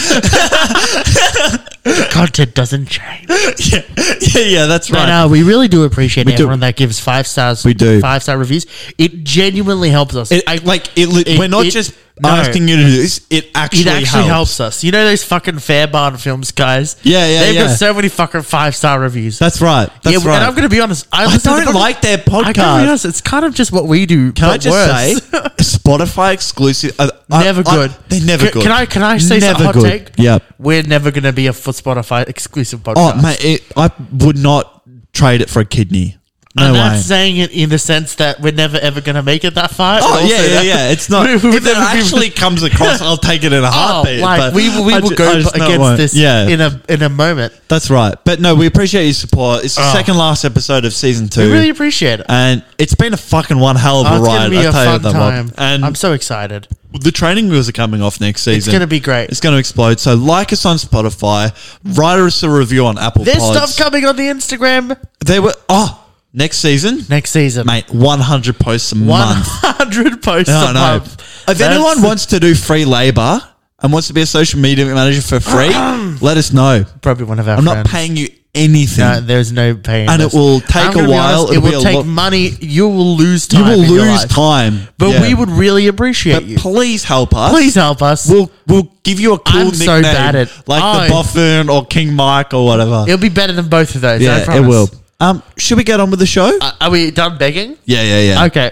Content doesn't change.
yeah. yeah, yeah, that's
But
right.
uh, we really do appreciate
do.
everyone that gives five stars.
We do.
five star reviews. It genuinely helps us.
It, like it, li-
it-
we're not
it-
just
no.
asking you to do this. It actually,
it actually helps. us. You know those fucking Fairbairn films, guys.
Yeah, yeah,
They've
yeah.
got so many fucking five star reviews.
That's right. That's
yeah,
right.
and I'm gonna be honest. I,
I
listen to
don't
fucking-
like their
I gotta
podcast.
be honest. It's kind of just what we do.
Can I just say, Spotify exclusive? Uh, I-
never
I-
good.
they're never
Can-
good.
Can I can I say some
Never
hot
good.
take?
Yep.
We're never gonna be a for Spotify exclusive podcast.
Oh, mate, it, I would not trade it for a kidney. No
I'm
way.
not saying it in the sense that we're never ever going to make it that far.
Oh
and
yeah,
also
yeah,
that-
yeah. It's not.
We would
if it
never be-
actually comes across, I'll take it in a
Oh,
heartbeat.
like
but
we, will- we
I
will
ju-
go
I
b-
just don't
against
want-
this
Yeah,
in a in a moment.
that's right. But no, we appreciate your support. It's the
Oh.
second last episode of season two,
We really appreciate it.
and it's been a fucking one hell of a
Oh, it's
ride.
gonna be
I
a
tell you
fun
that
time.
one. And
I'm so excited.
the training wheels are coming off next season.
It's gonna be great.
It's going to explode. So like us on Spotify. Write us a review on Apple.
There's
Pods.
stuff coming on the Instagram
They were oh next season,
next season.
mate. One hundred posts a month. Oh,
100 posts
No,
a
no.
month.
If
That's-
anyone wants to do free labor and wants to be a social media manager for free, let us know.
probably one of our
I'm
friends.
not paying you anything.
No, there's no pain.
And
There's-
it will take
I'm gonna
a
be
while.
honest, it
It'll be
will
a
take
lot-
money. You will lose
you
time.
will
in your
lose
life.
time,
But
Yeah.
we would really appreciate
But
you.
please help us.
Please help us.
We'll we'll give you a cool
I'm
nickname,
so bad at-
like the
Oh.
Boffin or King Mike or whatever.
It'll be better than both of those. I
yeah, it
promise.
will. Um, should we get on with the show?
Uh, are we done begging?
yeah, yeah, yeah.
Okay.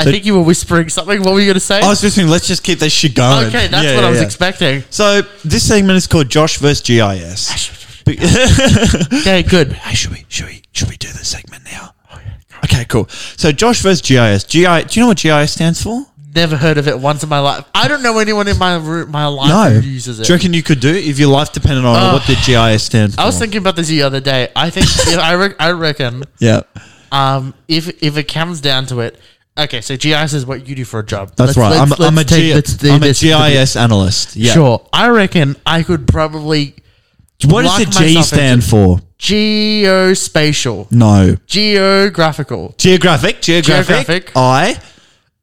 I
So-
think you were whispering something. What were you going to say?
I was just thinking, let's just keep this shit going.
okay, that's
Yeah,
what I
yeah,
was
yeah.
expecting.
So this segment is called Josh versus
Ah,
GIS. Be-
Okay, good.
hey, should we should we should we do this segment now? Oh, Okay, cool. So Josh versus GIS. GI, do you know what GIS stands for?
Never heard of it once in my life. I don't know anyone in my ru- my life who uses it.
Do you reckon you could do it if your life depended on
Uh,
what the GIS stands for?
I was thinking about this the other day. I think if I, re- I reckon
Yeah,
um, if if it comes down to it, okay. So GIS is what you do for a job.
that's
Let's-
right.
let's-
I'm,
let's
I'm a,
take-
G-
let's do
I'm a
this for the-
GIS analyst. Yeah.
Sure, I reckon I could probably
What does the
Lock
G
myself
stand for?
geospatial,
No.
geographical,
Geographic. Geographic.
Geographic.
I.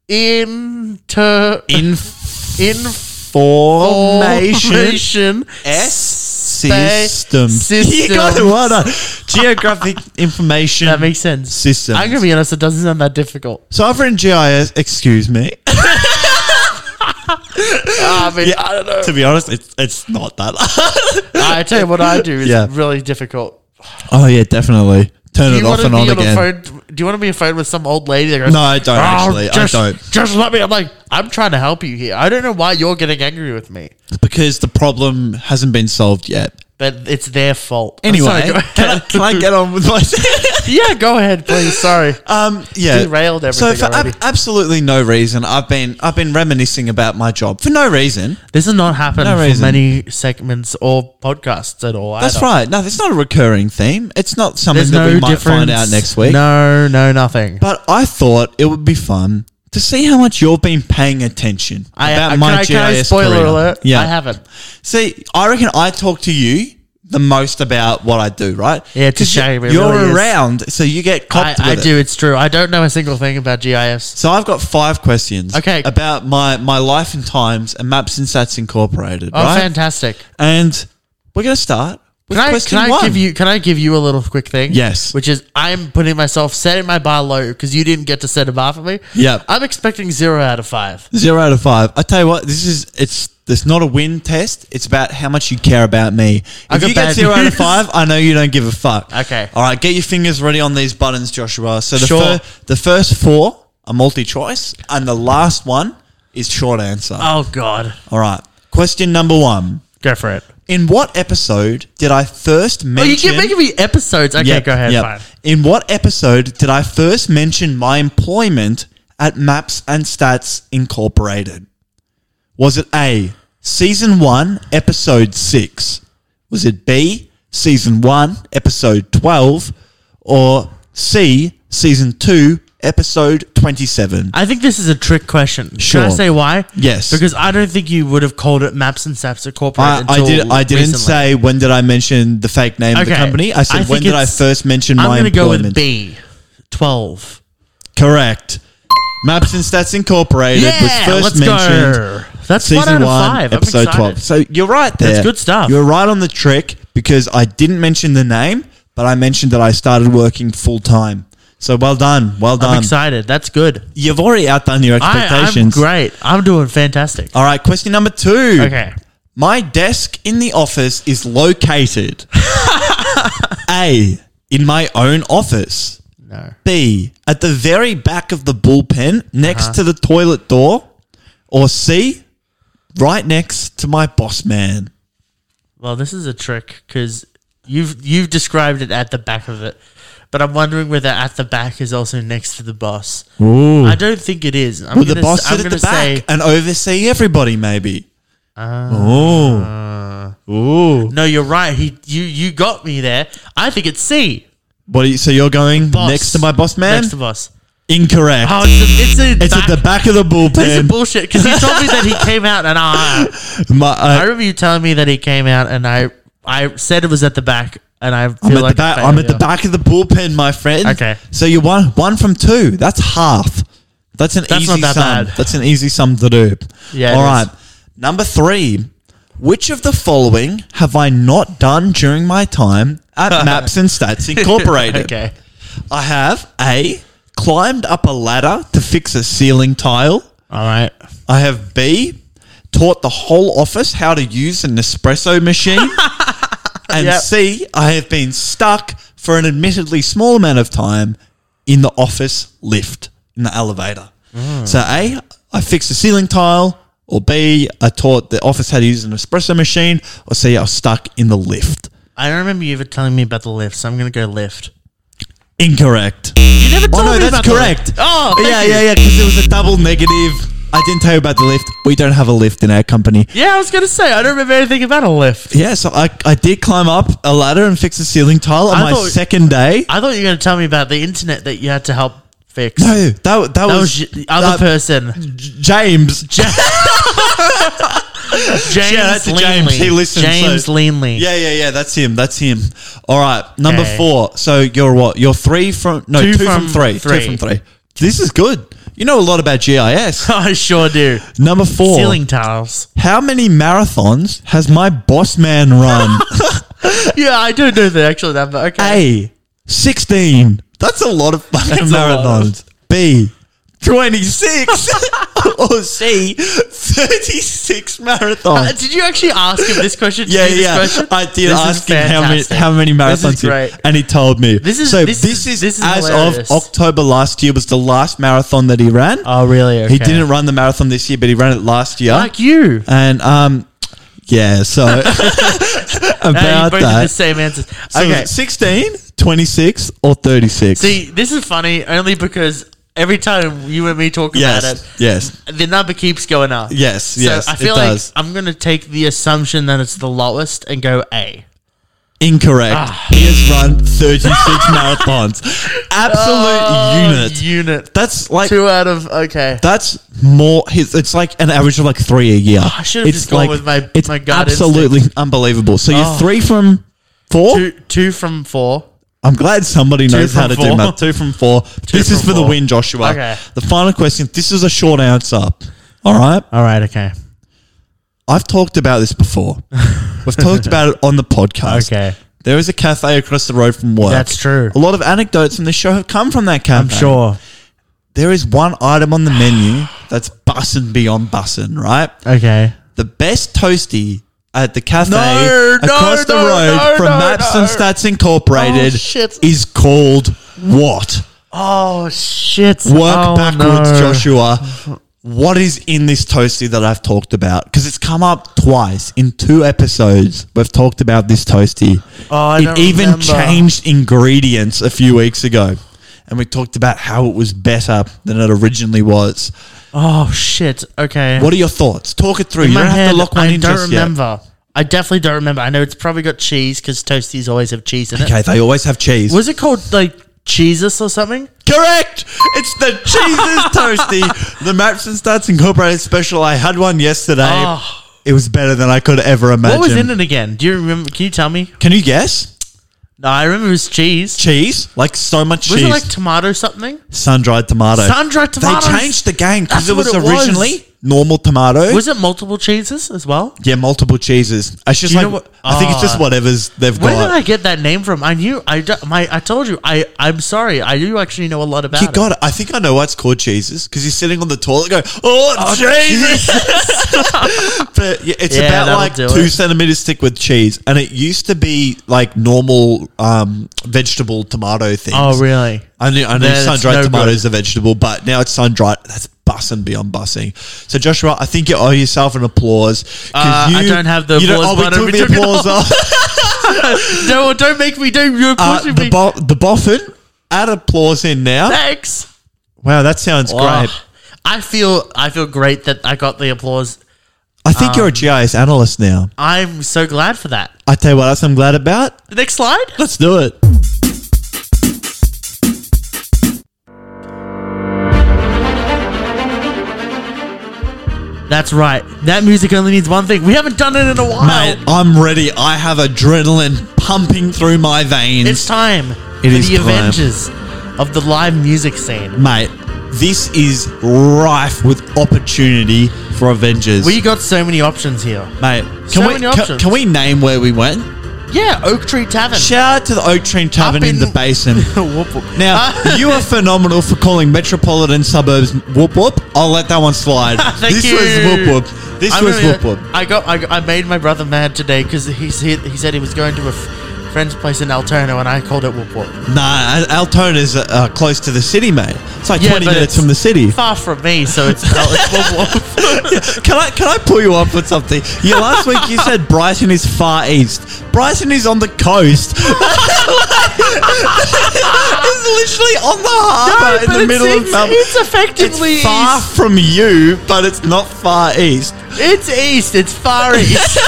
inter
Information.
information
S
space
system. You
systems.
got it. Well done. Geographic information.
That makes sense.
Systems.
I'm gonna be honest; it doesn't sound that difficult.
so I've written GIS. Excuse me.
I mean, I don't know.
to be honest, it's it's not that.
I tell you what I do is
Yeah.
really difficult.
oh yeah, definitely. Turn
Do
it
you
off
want to
and
be
on
on
again.
a phone? Do you want to be on a phone with some old lady that goes?
No, I don't
"Oh,
actually. I
Just,
don't."
Just let me. I'm like, I'm trying to help you here. I don't know why you're getting angry with me,
because the problem hasn't been solved yet.
but it's their fault. I'm
Anyway,
sorry, go
can, I, can I get on with my?
yeah, go ahead, please. Sorry.
um, yeah,
Derailed
So
everything
for ab-
already.
absolutely no reason, I've been I've been reminiscing about my job for no reason.
This has not happened
No
for
reason.
many segments or podcasts at all.
That's
either.
right. No, it's not a recurring theme. It's not something
There's
that
no
we might
difference.
find out next week.
No, no, nothing.
But I thought it would be fun to see how much you've been paying attention
I,
about
I,
my
can I,
GIS
can I spoiler
career.
alert?
Yeah,
I haven't.
See, I reckon I talk to you the most about what I do, right?
Yeah, it's a
'Cause you-
shame, it
You're
really is.
around, so you get
I,
copped
I
with it.
do. It's true. I don't know a single thing about GIS.
So I've got five questions.
Okay.
About my my life and times and Maps and Sats Incorporated.
Oh,
right?
fantastic!
And we're gonna start with
Can I,
question
can I
one.
give you? Can I give you a little quick thing?
Yes.
Which is I'm putting myself setting my bar low because you didn't get to set a bar for me.
Yep.
I'm expecting zero out of five.
Zero out of five. I tell you what, this is it's it's not a win test. It's about how much you care about me.
I
If
got
you get
bad
zero out of
news.
five, I know you don't give a fuck.
Okay.
All right, get your fingers ready on these buttons, Joshua. So the,
Sure.
fir- the first four are multi choice, and the last one is short answer.
Oh God.
All right. Question number one.
Go for it.
In what episode did I first
Oh,
mention?
you keep making me episodes. Okay,
Yep,
go ahead.
yep.
Fine.
In what episode did I first mention my employment at Maps and Stats Incorporated? Was it A, season one, episode six? Was it B, season one, episode 12? Or C, season two, episode 27?
I think this is a trick question.
Sure.
Can I say why?
Yes.
Because I don't think you would have called it Maps and Saps
I,
Incorporated.
I
until
did. I didn't
recently.
say when did I mention the fake name of the
Okay.
company. I said
I
when
think
did I
it's-
first mention
I'm
my
going to go
employment.
with B. Twelve.
Correct. Maps and Stats Incorporated was first mentioned
That's one out
season
of
one,
five. I'm
episode
excited.
twelve. So you're right there.
That's good stuff.
You're right on the trick because I didn't mention the name, but I mentioned that I started working full time. So well done, well
I'm
done.
excited. That's good.
You've already outdone your
I, I'm
Um, expectations.
great. I'm doing fantastic.
All right, question number two.
Okay.
My desk in the office is located A, in my own office.
No.
B, at the very back of the bullpen next
Uh-huh.
to the toilet door. Or C, right next to my boss man.
Well, this is a trick because You've you've described it at the back of it, but I'm wondering whether at the back is also next to the boss.
Ooh.
I don't think it is. I'm
Would the
gonna
boss
s- I'm
sit at the
gonna
back
say Ah.
and oversee everybody? Maybe. Oh. Ooh.
no. You're right. He you you got me there. I think it's C.
What? Are you, so you're going
Boss.
next to my boss man?
Next to boss.
Incorrect.
Oh, it's a, it's a
it's
back,
at the back of the
This is
bullpen.
bullshit because he told me that he came out and I
My- uh, I-
I remember you telling me that he came out and I I said it was at the back and I feel
I'm at,
like
the back,
a
I'm at the
failure.
back of the bullpen, my friend.
Okay.
So you're one one from two. That's half. That's an
That's
easy
not that
sum.
bad.
That's an easy sum to do.
Yeah, it
All
is.
right. Number three. Which of the following have I not done during my time at Maps and Stats Incorporated?
Okay.
I have A, climbed up a ladder to fix a ceiling tile.
All right.
I have B, taught the whole office how to use an espresso machine. and
Yep.
C, I have been stuck for an admittedly small amount of time in the office lift, in the elevator.
Mm.
So A, I fixed the ceiling tile. Or B, I taught the office how to use an espresso machine. Or C, I was stuck in the lift.
I don't remember you ever telling me about the lift, so I'm gonna go lift.
Incorrect.
You never told
Oh no,
me
that's
about the lift.
correct.
Oh, thank
yeah,
you.
yeah, yeah. Because it was a double negative. I didn't tell you about the lift. We don't have a lift in our company.
Yeah, I was gonna say I don't remember anything about a lift.
Yeah, so I, I did climb up a ladder and fix a ceiling tile on
I
my
thought-
second day.
I thought you were gonna tell me about the internet that you had to help fix. that
no, that, that, was,
was, y- the other
that-
person,
J- James.
James
out to
Leanly.
James, he listens,
James
so-
Leanly.
yeah, yeah, yeah. That's him. That's him. All right, number
Okay.
four. So you're what? You're three from no two,
Two
from,
from
three,
three.
Two from three. This is good. You know a lot about GIS.
I sure do.
number four.
Ceiling tiles.
How many marathons has my boss man run?
Yeah, I do know the actual number. Okay.
A, 16. That's a lot of fucking
That's a lot.
marathons. B, 26. or C, 36
Uh,
marathons.
did you actually ask him this question? Did
Yeah,
you do this
yeah.
question?
I did
This is
ask him how many,
fantastic.
how many
This is
marathons he-
great.
and he told me.
This is-
so
this
this
is-
is,
this is
as
hilarious.
of October last year was the last marathon that he ran.
Oh, really?
He didn't run the marathon this year, but he ran it last year.
like you.
and um, yeah, so about
Uh, you both did the
that.
same answers.
So
okay.
16, 26, or 36.
See, this is funny only because every time you and me talk about
Yes. Yes.
it, the number keeps going up.
Yes.
So
yes.
I feel
it
like
does.
I'm going to take the assumption that it's the lowest and go A.
Incorrect.
Ah.
He has run 36 marathons. Absolute unit.
Unit.
That's like.
Oh. Two out of, okay.
that's more. His, it's like an average of like three a year. I
Oh, should've just gone with my-
It's
my gut
absolutely unbelievable. So you're three from four.
Two, two from four.
I'm glad somebody knows
from
how to do
four.
math. Two from four. this is
from
for the
four.
win, Joshua.
Okay.
The final question. This is a short answer. All right.
All right, okay.
I've talked about this before. We've talked about it on the podcast.
Okay.
There is a cafe across the road from work.
That's true.
A lot of anecdotes from this show have come from that cafe.
I'm sure.
There is one item on the menu that's bussin' beyond bussin', right?
Okay.
The best toasty at the cafe
No, no,
across the
no,
road
no,
from
no,
Maps and
no.
Stats Incorporated
Oh, shit.
is called what?
Oh, shit.
Work
Oh,
backwards,
no.
Joshua. What is in this toasty that I've talked about? Because it's come up twice in two episodes. We've talked about this toasty.
Oh, I
it
don't
even
remember.
changed ingredients a few weeks ago. And we talked about how it was better than it originally was.
Oh, shit. Okay.
What are your thoughts? Talk it through.
In
you
my
don't have
head,
to lock one
I
in
don't
just
remember. I definitely don't remember. I know it's probably got cheese because toasties always have cheese in
yet.
it.
Okay, they always have cheese.
Was it called like Jesus or something?
Correct. It's the Jesus toasty, the Maps and Stats Incorporated special. I had one yesterday.
Oh.
It was better than I could ever imagine.
What was in it again? Do you remember? Can you tell me?
Can you guess?
No, I remember it was cheese.
Cheese, like so much
Was
cheese,
it like tomato something?
sun-dried tomato.
Sun-dried tomatoes?
They changed the game because it
That's
was
what it was.
originally normal tomato.
Was it multiple cheeses as well?
yeah, multiple cheeses. It's just
You
like
know what-
I think it's just
Ah.
whatever's they've
Where did
got.
I get that name from? I knew I d- my I told you I I'm sorry I do actually know a lot about
you
it.
got it. I think I know why it's called cheeses because you's sitting on the toilet going, "Oh, Jesus!" but yeah, it's
Yeah,
about
that'll
like
do
two
it.
centimeters thick with cheese, and it used to be like normal um, vegetable tomato things.
Oh really?
I knew, I knew
That's
sun-dried
no
tomato
good.
is a vegetable, but now it's sun-dried. That's bussing beyond bussing. So, Joshua, I think you owe yourself an applause. 'cause
Uh, I don't have the
you
applause
oh, we
button.
took
We
the
took it
applause off.
no, don't make me do. You're
Uh,
pushing
the,
me.
bo- the Boffin, add applause in now.
Thanks.
Wow, that sounds great.
Oh, I feel I feel great that I got the applause.
I think
Um,
you're a GIS analyst now.
I'm so glad for that.
I tell you what else I'm glad about.
The next slide.
Let's do it.
That's right. That music only means one thing. We haven't done it in a while.
Mate, I'm ready. I have adrenaline pumping through my veins.
It's time for
is
the
time.
Avengers of the live music scene.
Mate, this is rife with opportunity for Avengers.
We got so many options here.
Mate, can
So
we
many
ca-
options.
can we name where we went?
Yeah, Oak Tree Tavern.
Shout out to the Oak Tree Tavern in,
in-
the basin.
Whoop, whoop.
Now
Ah,
you are phenomenal for calling metropolitan suburbs whoop whoop. I'll let that one slide.
Thank
this
you.
was whoop whoop. This
I'm
was
gonna-
whoop whoop.
I got. I, got- I made my brother mad today because he, said- he said he was going to a f- friend's place in Altoona, and I called it Whoop Whoop.
Nah, Altona's uh, uh, close to the city, mate. It's like
Yeah,
20
but
minutes
it's
from the city.
Far from me, so it's, it's Whoop Whoop.
can I can I pull you up with something? You last week you said Brighton is far east. Brighton is on the coast. it's literally on the harbour in the middle of Melbourne.
It's effectively
It's far from you, but it's not far east.
It's east. It's far east.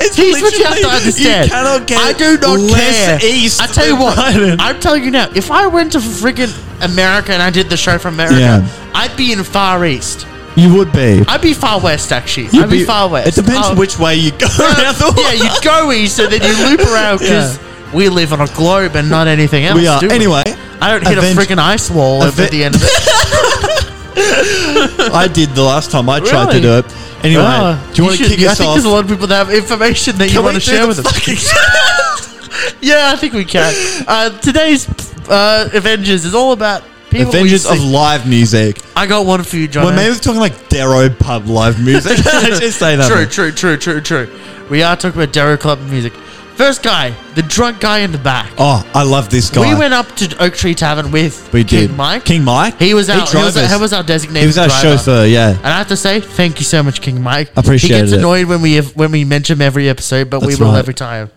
It's
Here's what you have to
literally-
understand.
You cannot get
I do not
less
care.
east.
I tell you
than
what.
Brighton.
I'm telling you now. If I went to friggin' America and I did the show from America,
Yeah.
I'd be in far east.
you would be.
I'd be far west actually.
You'd
I'd be, far west.
It depends
Oh,
which way you go
uh,
around the
yeah,
world.
you'd go east and then you loop around because we live on a globe and not anything else.
We are.
do
Anyway,
I don't hit
Avenge-
a friggin' ice wall over
Aven-
at the end of it.
I did the last time I tried to
Really?
do it. Anyway,
Ah,
do you want to
should-
kick
I
us
think
off?
there's a lot of people that have information that you
Can
want
we
to
do
share
the
with us.
fucking-
Yeah, I think we can. Uh, today's uh, Avengers is all about people. we
Avengers of
see.
live music.
I got one for you, John.
Well, maybe we're talking like Darrow pub live music. Just say that.
true,
man.
true, true, true, true. We are talking about Darrow Club music. First guy, the drunk guy in the back.
Oh, I love this guy.
We went up to Oak Tree Tavern with
We
King
did.
Mike.
King Mike.
He was our. He,
drove
was,
us.
he was our designated.
He was our
driver.
chauffeur. Yeah.
And I have to say, thank you so much, King Mike.
Appreciate
He gets
it.
annoyed when we when we mention him every episode, but we
That's
will
right.
every time.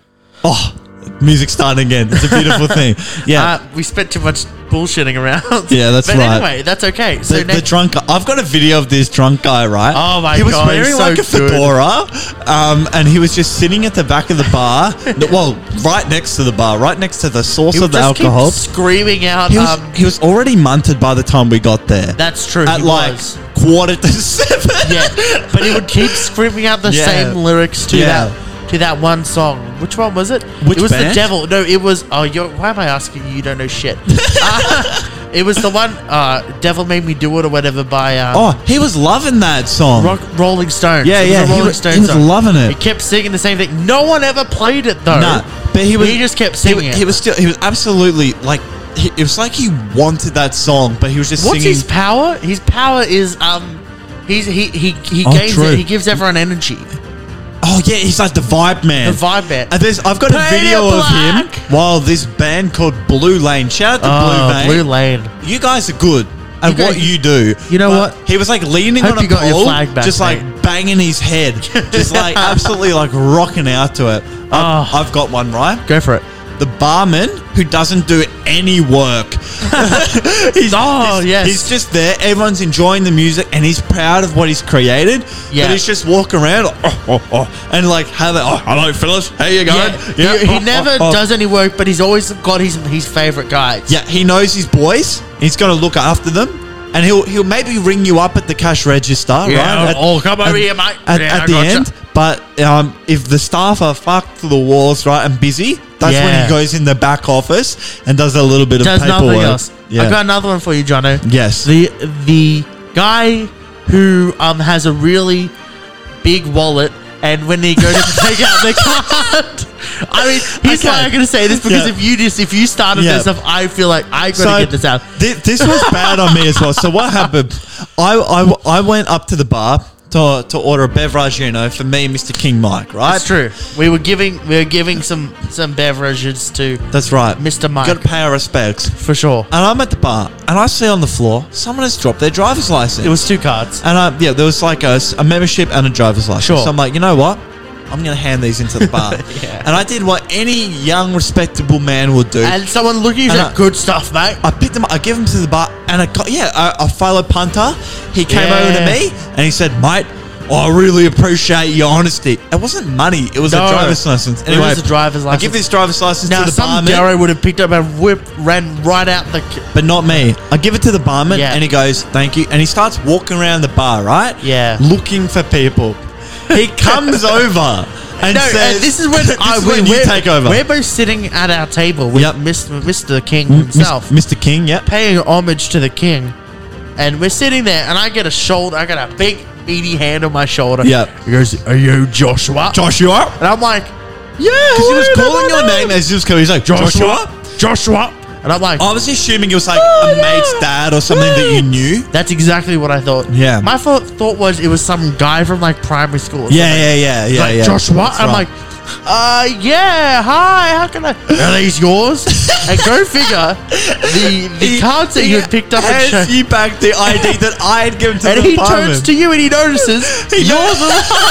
Oh, music's starting again. It's a beautiful thing. Yeah.
Uh, we spent too much bullshitting around.
Yeah, that's
but
right.
anyway, that's okay. So
the, the
next,
drunk guy. I've got a video of this drunk guy, right?
Oh my
He was
God,
wearing
he's so
like a
good.
fedora, um, and he was just sitting at the back of the bar. No, well, right next to the bar, right next to the source
he
of the
just keep
alcohol.
screaming out.
He was,
um,
he was already munted by the time we got there.
that's true.
at
he
like
was.
quarter to seven.
yeah, but he would keep screaming out the
Yeah.
same lyrics to
Yeah.
that to that one song. Which one was it?
Which
it was
band?
the devil. No, it was. Oh, you're, why am I asking you? You don't know shit. Uh, it was the one. Uh, devil made me do it or whatever by um,
Oh, he was loving that song.
Rock Rolling Stones.
Yeah,
It was
yeah,
a
he
Rolling
was-
Stones
he was
song.
loving it.
He kept singing the same thing. No one ever played it though.
Nah, but he was.
He just kept
he wa-
singing it.
He, was still. He was absolutely like. He, it was like he wanted that song, but he was just
What's
singing.
his power? His power is um, he's he he he
Oh,
gains
true.
it. He gives everyone energy.
oh yeah, he's like the vibe man.
The vibe band.
And there's, I've got a
Play
video
the
of him
black.
while this band called Blue Lane. Shout out to
Oh,
Blue Lane.
Blue Lane.
You guys are good at
You guys-
what you do.
You know
But
what?
He was like leaning
Hope
on a
you got your
pole,
flag back,
just like
mate.
banging his head, just like absolutely like rocking out to it. I've,
Oh.
I've got one right.
Go for it.
the barman who doesn't do any work. he's,
Oh,
he's,
yes.
He's just there. Everyone's enjoying the music and he's proud of what he's created.
Yeah.
But he's just walking around like, oh, oh, oh, and like, how they, oh, hello, fellas. How you going?
Yeah, he,
oh,
he
oh,
never
oh."
does any work, but he's always got his his favorite guys.
Yeah, he knows his boys. He's going to look after them. And he'll, he'll maybe ring you up at the cash register,
Yeah,
right? At-
oh, come over
at-
here, mate.
At,
Yeah,
at
I
the
gotcha.
end, but um, if the staff are fucked to the walls, right, and busy, that's when
Yeah.
he goes in the back office and does a little bit
does
of paperwork.
nothing else.
Yeah.
I got another one for you, Jono.
Yes.
The the guy who um has a really big wallet, and when he goes to take out the card, I mean, here's
Okay.
why I'm going to say this because
Yeah.
if you just if you started
Yeah.
this off, I feel like I got to get this out.
thi- this was bad on me as well. So what happened? I, I, I went up to the bar to, to order a beverage, you know, for me and Mr. King Mike, right?
That's true. We were giving we were giving some some beverages to
That's right.
Mr. Mike.
Got to pay our respects.
for sure.
And I'm at the bar and I see on the floor someone has dropped their driver's license.
It was two cards.
and I, yeah, there was like a, s- a membership and a driver's license.
Sure.
So I'm like, you know what? I'm going to hand these into the bar. And I did what any young, respectable man would do.
And someone looking
And
at
I-
good stuff, mate.
I picked them up, I gave them to the bar, and I got, yeah, a, a fellow punter. He came over to
Yeah.
me and he said, Mate, I really appreciate your honesty. It wasn't money, it was
No.
a driver's license.
It was
Anyway,
a driver's
I give
license.
this driver's license
now
to the
some
barman.
Darrow would have picked up a whip, ran right out the. c-
but not me. I give it to the barman
Yeah.
and he goes, thank you. And he starts walking around the bar, right?
Yeah.
Looking for people. He comes over and
No,
says,
and this is when, I,
is
we-
when you
we're-
take over.
We're both sitting at our table with
Yep.
Mr. Mr. King
M- mis-
himself,
Mr. King, yep.
paying homage to the king, and we're sitting there, and I get a shoulder, I got a big meaty hand on my shoulder.
Yep.
he goes, "Are you Joshua?"
Joshua.
and I'm like, "Yeah."
Because he was
wait, I
calling
don't
your
know."
name as he was coming. He's like, Joshua. Oh.
Joshua, and I'm like,
I was assuming it was like
Oh,
a mate's
yeah.
dad or something that you knew.
That's exactly what I thought.
Yeah.
My thought thought was it was some guy from like primary school. or
Yeah,
something.
yeah, yeah, yeah.
like
yeah.
Joshua.
That's
I'm
right.
like, uh, yeah, hi. How can I? Are these yours? and go figure, the the
He-
cards that
he
you had picked up and
hands
showed.
you back the ID that I had given to
And
the
he
barman.
turns to you and he notices
He
you're
knows.
the one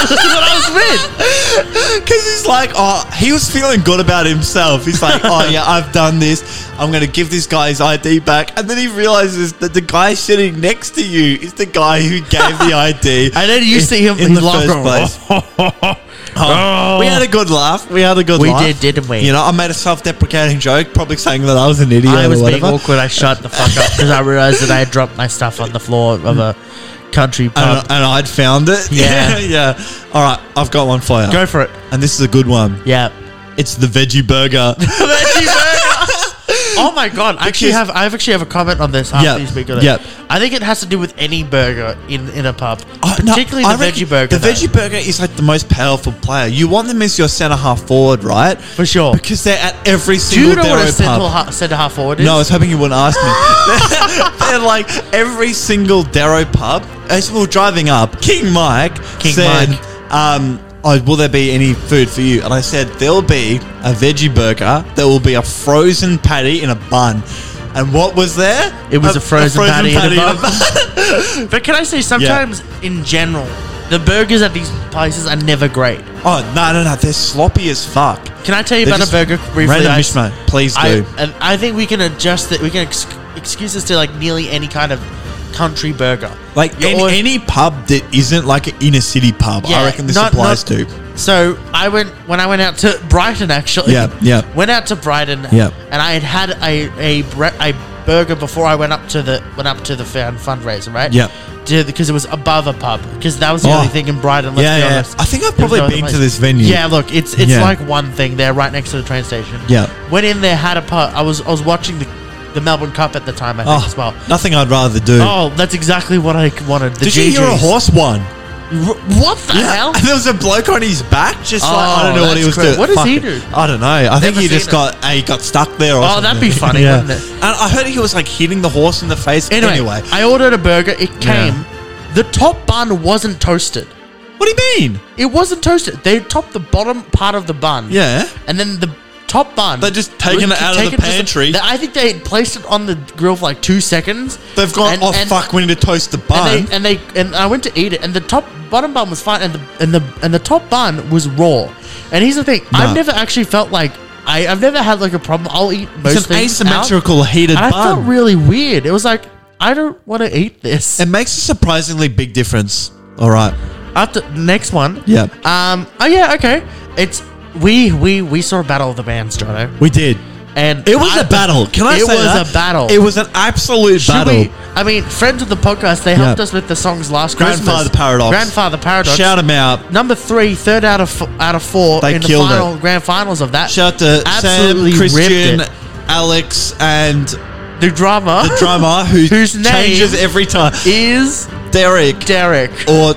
that I was with.
Because he's like, oh, he was feeling good about himself. He's like, oh, yeah, I've done this. I'm going to give this guy his ID back. And then he realizes that the guy sitting next to you is the guy who gave the ID.
And then you
in-
see him
in the
he's like,
first place. Oh, We had a good laugh. We had a good
We
laugh.
did, didn't we?
You know, I made a self deprecating joke, probably saying that I was an idiot
I was
or
being
whatever.
awkward. I shut the fuck up because I realized that I had dropped my stuff on the floor of a country
and, uh,
pub.
and I'd found it.
Yeah.
yeah. All right, I've got one for you.
Go for it.
And this is a good one.
Yeah.
It's the veggie burger.
Oh my god! I actually
Because-
have I actually have a comment on this. After
Yep,
you speak on it.
yep.
I think it has to do with any burger in in a pub,
Oh, no,
particularly
I
the
reckon
veggie burger.
The
though.
veggie burger is like the most powerful player. You want them as your centre half forward, right? For
sure.
Because they're at every
Do
single
you know what
Darrow
a central
pub.
ha- centre half forward is?
No, I was hoping you wouldn't ask me. they're like every single Darrow pub. As we were driving up, King Mike
King
said,
Mike.
Um, oh, will there be any food for you? And I said, there'll be a veggie burger. There will be a frozen patty in a bun. And what was there?
It was a frozen patty in a bun. but can I say sometimes in general, the burgers at these places are never great.
Oh no no no! They're sloppy as fuck.
Can I tell you
They're
about a
just
burger briefly?
Random
I-
mishmash. Please do.
I, and I think we can adjust that. We can ex- excuse this to like nearly any kind of country burger.
like
You're
any,
always-
any pub that isn't like an inner city pub, I
Yeah,
reckon this
not-
applies
not-
to.
So I went when I went out to Brighton actually.
Yeah, yeah.
Went out to Brighton.
Yeah.
And I had had a a, bre- a burger before I went up to the went up to the fan fundraiser, right?
Yeah.
Because it was above a pub. Because that was the
Oh.
only thing in Brighton. Let's
Yeah,
be
yeah.
honest.
I think I've
There was
probably
no other
been to
place.
this venue.
Yeah. Look, it's it's
Yeah.
like one thing. They're right next to the train station.
Yeah.
Went in there, had a pub. I was I was watching the the Melbourne Cup at the time. I think
Oh,
as well.
nothing I'd rather do.
Oh, that's exactly what I wanted. The
Did you hear a
GGs.
horse one?
R- What the hell?
There was a bloke on his back, just
Oh,
like I don't know what
that's
he was
great.
doing.
What does
Fuck
he
it.
do?
I don't know. I think
Never
he just
seen it.
got he got stuck there. Or
Oh, that'd be
something.
funny, wouldn't it?
And I heard he was like hitting the horse in the face.
Anyway,
Anyway,
I ordered a burger. It came. The top bun wasn't toasted.
what do you mean?
It wasn't toasted. They topped the bottom part of the bun.
Yeah.
And then the top bun.
They're just taking
was
it out of the
taken just-
pantry.
I think they had placed it on the grill for like two seconds.
They've gone.
And-
oh
and-
fuck! We need to toast the bun.
And they, uh, and they and I went to eat it, and the top bottom bun was fine, and the and the and the top bun was raw. And here's the thing:
Nah.
I've never actually felt like I, I've never had like a problem. I'll eat most
it's an
things out,
asymmetrical heated
and I
bun.
felt really weird. It was like I don't want to eat this.
It makes a surprisingly big difference. All right.
After next one.
Yeah.
Um. Oh yeah. Okay. It's we we we saw a battle of the bands, Jono,
We did.
and
It was
a
a battle. Can I
it
say
was
that?
a battle.
It was an absolute
Should
battle.
We, I mean, friends of the podcast, they helped
Yeah.
us with the songs last
Grandfather
Christmas.
Paradox.
Grandfather paradox.
Shout them out.
Number three, third out of f- out of four
They
in the
killed
final grand finals of that.
Shout out to
Absolutely
Sam, Christian,
ripped
Alex, and the
it. The drama
drummer who
Whose name
changes every time.
is
Derek
Derek.
or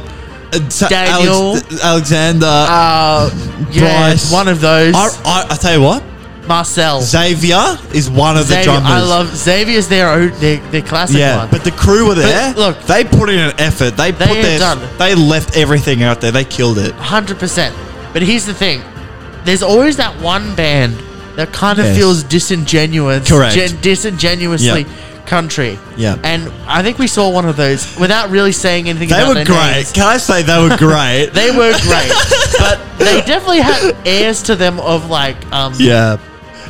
uh, Sa-
Daniel.
Alex, Alexander.
Uh, yeah,
Bryce.
one of those.
I, I, I tell you what,
Marcel.
Xavier is one of the
Xavier,
drummers.
I love Xavier's their own, their, their classic
yeah,
one.
but the crew were there.
look-
they put in an effort. They,
They
put
are
their,
done.
they left everything out there. They killed it.
hundred percent. But here's the thing: there's always that one band that kind of
Yes.
feels disingenuous,
Correct.
disingenuously
Yeah.
country.
Yeah.
And I think we saw one of those without really saying anything
They
about
were
their
great.
names.
Can I say they were great?
They were great. but they definitely had airs to them of like um
yeah.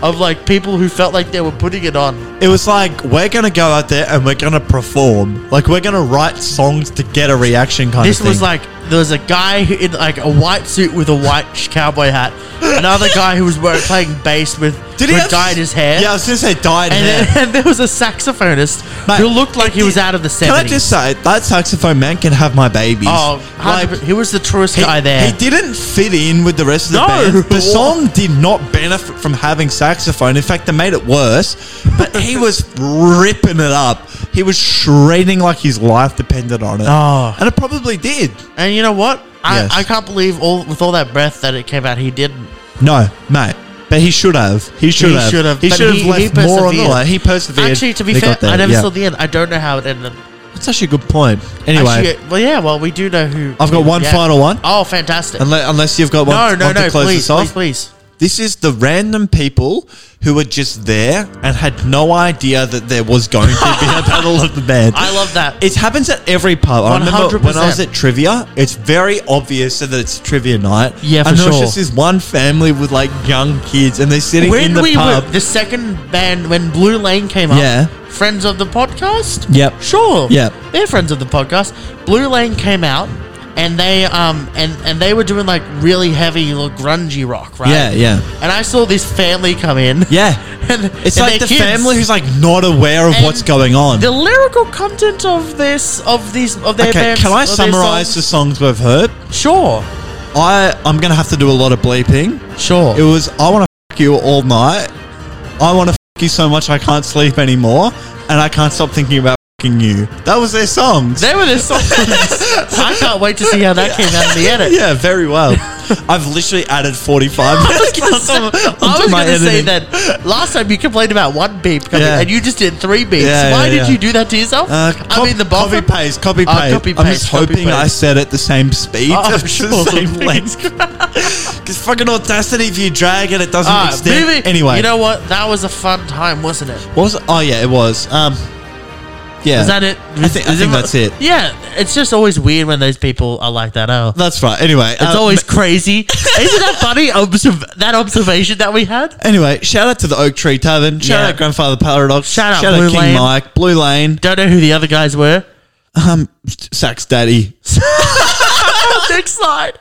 of like people who felt like they were putting it on.
It was like we're gonna go out there and we're gonna perform. Like we're gonna write songs to get a reaction kind
This
of thing.
was like there was a guy who, in like a white suit with a white sh- cowboy hat, another guy who was wear- playing bass with
Did
who
he have-
dyed his hair.
Yeah, I was gonna say dyed
And,
hair.
then, and there was a saxophonist
Mate,
who looked like he was out of the 70s.
Can I just say that saxophone man can have my babies?
Oh,
Like,
100% he was the truest guy there.
he didn't fit in with the rest of the
No.
band. The
What?
song did not benefit from having saxophone. In fact, they made it worse. But he was ripping it up. He was shredding like his life depended on it.
Oh.
And it probably did.
And you know what? I,
Yes.
I can't believe all with all that breath that it came out. He didn't.
No, mate. But he should have. He should
He
have.
should have,
He
but
should
he-
have
he
left more on the
persevered.
line. He persevered.
Actually, to be
They
fair,
got there,
I never
yeah.
saw the end. I don't know how it ended.
That's actually a good point. Anyway,
Actually, well, yeah. Well, we do know who.
I've got one
yeah.
final one.
Oh, fantastic!
Unless, unless you've got one,
no, no,
one
no!
to close
Please,
this off.
please, please.
This is the random people who were just there and had no idea that there was going to be a battle of the bands.
I love that.
It happens at every pub. I remember when I was
100%.
at trivia, it's very obvious that it's trivia night.
Yeah, for
and there was
sure.
just this one family with like young kids, and they're sitting in
when
the
we
pub.
were the second band when Blue Lane came up,
Yeah.
friends of the podcast.
Yep.
sure.
Yep.
they're friends of the podcast. Blue Lane came out, and they um and and they were doing like really heavy, like, grungy rock, right?
Yeah, yeah,
And I saw this family come in.
yeah.
And,
It's
and
like the
their kids.
family who's like not aware of
And
what's going on.
the lyrical content of this of these of their
Okay,
bands.
can I
of their
summarize the
songs-
songs we've heard?
Sure,
I I'm gonna have to do a lot of bleeping.
sure.
It was I want to f- you all night. I want to f- you so much I can't sleep anymore, and I can't stop thinking about f***ing you. That was their songs.
they were the songs. I can't wait to see how that came out in the edit.
yeah, very well. I've literally added 45
I was
minutes
gonna say, I
onto
was
my
gonna say
editing.
that last time you complained about one beep coming,
Yeah.
and you just did three beeps.
Yeah, yeah,
Why did
yeah.
you do that to yourself?
Uh,
I mean, the
copy
bottom.
paste, copy
Oh,
paste.
copy
I'm
paste,
just
copy
hoping I
paste.
said it the same speed,
Oh,
the
I'm sure.
same length. Because fucking audacity, if you drag it, it doesn't
Ah,
extend.
moving-
Anyway,
you know what? That was a fun time, wasn't it?
what was? It? Oh yeah, it was. Um, yeah,
Is that it?
I think, I
Is
think that's it.
Yeah, it's just always weird when those people are like that. Oh,
That's right. Anyway, uh,
It's always crazy. Isn't that funny? Observ- that observation that we had.
Anyway, shout out to the Oak Tree Tavern. Shout
Yeah.
out Grandfather Paradox.
Shout out
shout
Blue
King
Lane.
Mike, Blue Lane,
Don't know who the other guys were.
um, Sax Daddy.
Next slide.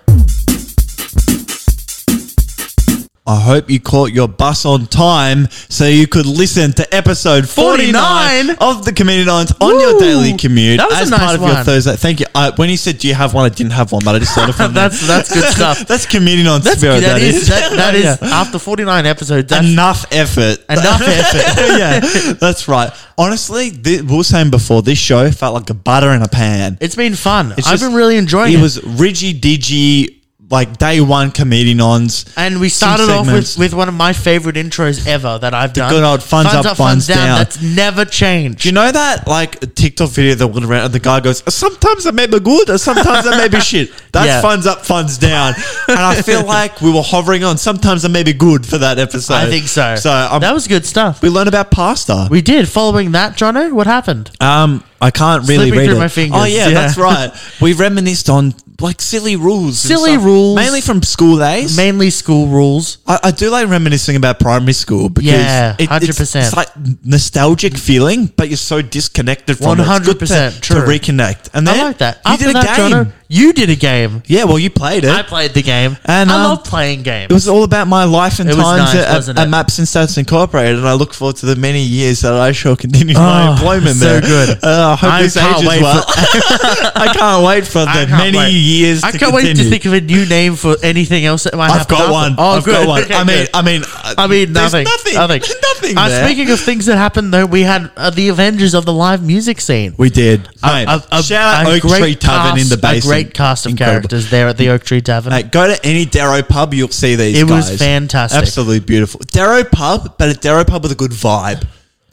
I hope you caught your bus on time so you could listen to episode 49,
49.
of the Comedian Islands on your
Woo.
daily commute
That was a
as
nice
part of your
one.
Thursday. Thank you. I, when you said, Do you have one? I didn't have one, but I just thought of one. there.
That's that's good stuff.
That's Comedian on
That's
Spirit.
that is that, that is
Yeah.
after forty nine episodes. That's
enough effort.
enough effort.
yeah, that's right. Honestly, thi- we were saying before, this show felt like a butter in a pan.
It's been fun.
It's
I've
just-
been really enjoying it.
It was Ridgy Digi, like day one comedian ons.
and we
some
started off
segments.
with, with one of my favorite intros ever that I've done.
good old funds up, funds down.
That's never changed.
Do you know that like TikTok video that went around and the guy goes, Sometimes I may be good, or sometimes I may be shit. That's
Yeah.
funds up, funds down. and I feel like we were hovering on sometimes I may be good for that episode.
I think so.
So um,
that was good stuff.
we learned about pasta.
We did. Following that, Jono, what happened?
um, I can't really
Slipping
read
through
it.
my fingers.
Oh yeah,
Yeah.
that's right. We reminisced on like silly rules, and
Silly
stuff.
rules.
mainly from school days.
Mainly school rules.
I, I do like reminiscing about primary school because
Yeah,
it- it's-
100%.
It's, like nostalgic feeling, but you're so disconnected from it. It's good to-
100%
to,
true.
reconnect. And then
I like that.
You
After
did a
that,
game.
Jono, you did a game.
Yeah, well, you played it.
I played the game.
And,
I
um,
love playing games.
it was all about my life and
It was
times
nice,
at- at,
wasn't
at
it?
Maps and Stats Incorporated, and I look forward to the many years that I shall continue my
Oh,
employment
so
there.
good.
Uh, I hope
I
this
can't
ages
wait
well. I can't wait for
I
the
can't
many
wait.
years.
I
to
can't wait to
continue.
think of a new name for anything else that might
I've
happen.
got
after.
one.
Oh,
I've
good.
got one.
Okay,
I mean,
good.
I mean,
I mean,
there's
nothing.
nothing.
Nothing.
nothing.
Uh,
there.
Speaking of things that happened, though, we had uh, the Avengers of the live music scene.
We did. Mate,
A- a- a-
shout out
a
Oak
great
Tree Tavern in
cast-
the basin.
A great cast of
Incredible.
characters there at the Oak Tree Tavern.
Mate, go to any Darrow pub, you'll see these
It was
guys.
fantastic.
Absolutely beautiful. Darrow pub, but a Darrow pub with a good vibe.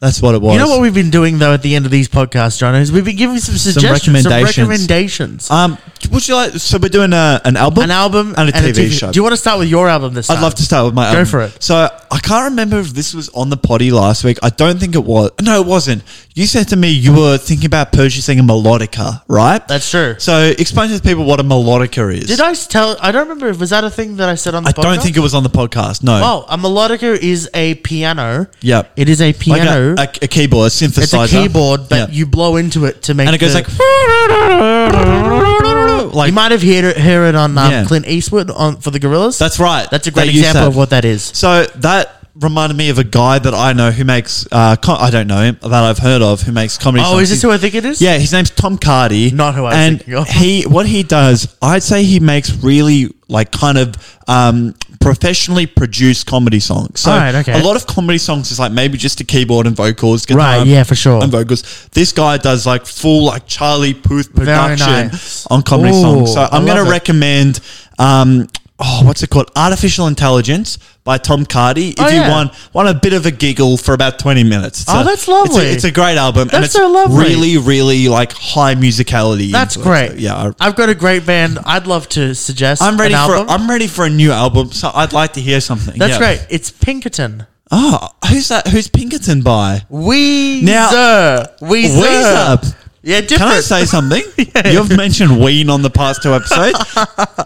That's what it was.
you know what we've been doing though at the end of these podcasts, John, is we've been giving some suggestions, some recommendations.
recommendations. Um, would you like? So we're doing a, an album,
An album
and a TV, show.
Do you want to start with your album this time?
I'd love to start with my
Go
album.
for it.
So I can't remember if this was on the potty last week. I don't think it was. No, it wasn't. You said to me you were thinking about purchasing a melodica, right?
That's true.
So explain to the people what a melodica is.
Did I s- tell? I don't remember. Was that a thing that I said on the
I
podcast?
don't think it was on the podcast. No.
Oh, a melodica is a piano.
Yep.
It is a
Like a-
piano.
a, a keyboard, a
it's
synthesizer.
a keyboard, but
Yeah.
you blow into it to make
and it goes
the-
like, like
you might have heard it, heard it on um,
Yeah.
Clint Eastwood on for the Gorillas.
That's right.
That's a great
That you
example
said.
of what that is.
So that reminded me of a guy that I know who makes. Uh, com- I don't know him that I've heard of who makes comedy.
Oh,
songs.
is this who I think it is?
Yeah, his name's Tom Cardy.
Not who I was
And
thinking of.
he, what he does, I'd say he makes really like kind of um, professionally produced comedy songs. So
Alright, okay.
a lot of comedy songs is like maybe just a keyboard and vocals, guitar
Right, yeah, for sure.
and vocals. This guy does like full like Charlie Puth
Very
production
nice.
on comedy
Ooh,
songs. So
I
I'm going
love
to
it.
recommend. Um, Oh, what's it called? Artificial Intelligence by Tom Cardy. If
Oh,
you
yeah.
want want a bit of a giggle for about twenty minutes, It's
Oh,
a-
that's
it's a-
lovely.
It's a, great album, and
That's
it's
so lovely.
really, really like high musicality.
That's
into it.
great.
So, Uh, yeah, I-
I've got a great band. I'd love to suggest.
I'm ready
an
for
album.
I'm ready for a new album. So I'd like to hear something.
That's
yeah.
great. It's Pinkerton.
Oh, who's that? Who's Pinkerton by?
Weezer.
Now-
Weezer.
Weezer.
Yeah, different.
Can I say something? You've mentioned Ween on the past two episodes.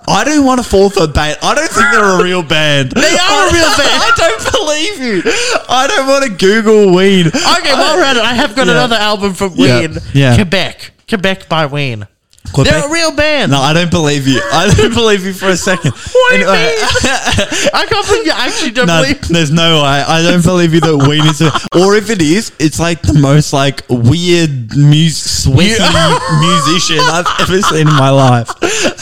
I don't want to fall for bait. I don't think they're a real band. They
are a real band.
I don't believe you. I don't want to Google Ween.
Okay, while we're at it, I have got
Yeah.
another album from
Yeah.
Ween,
Yeah.
Quebec. Quebec by Ween.
Quebec?
They're a real band.
No, I don't believe you. I don't believe you for a second.
What do you
Anyway,
mean? I can't believe you actually don't
No,
believe.
there's no way. I don't believe you that Ween is, a, or if it is, it's like the most like weird mus- sweaty musician I've ever seen in my life.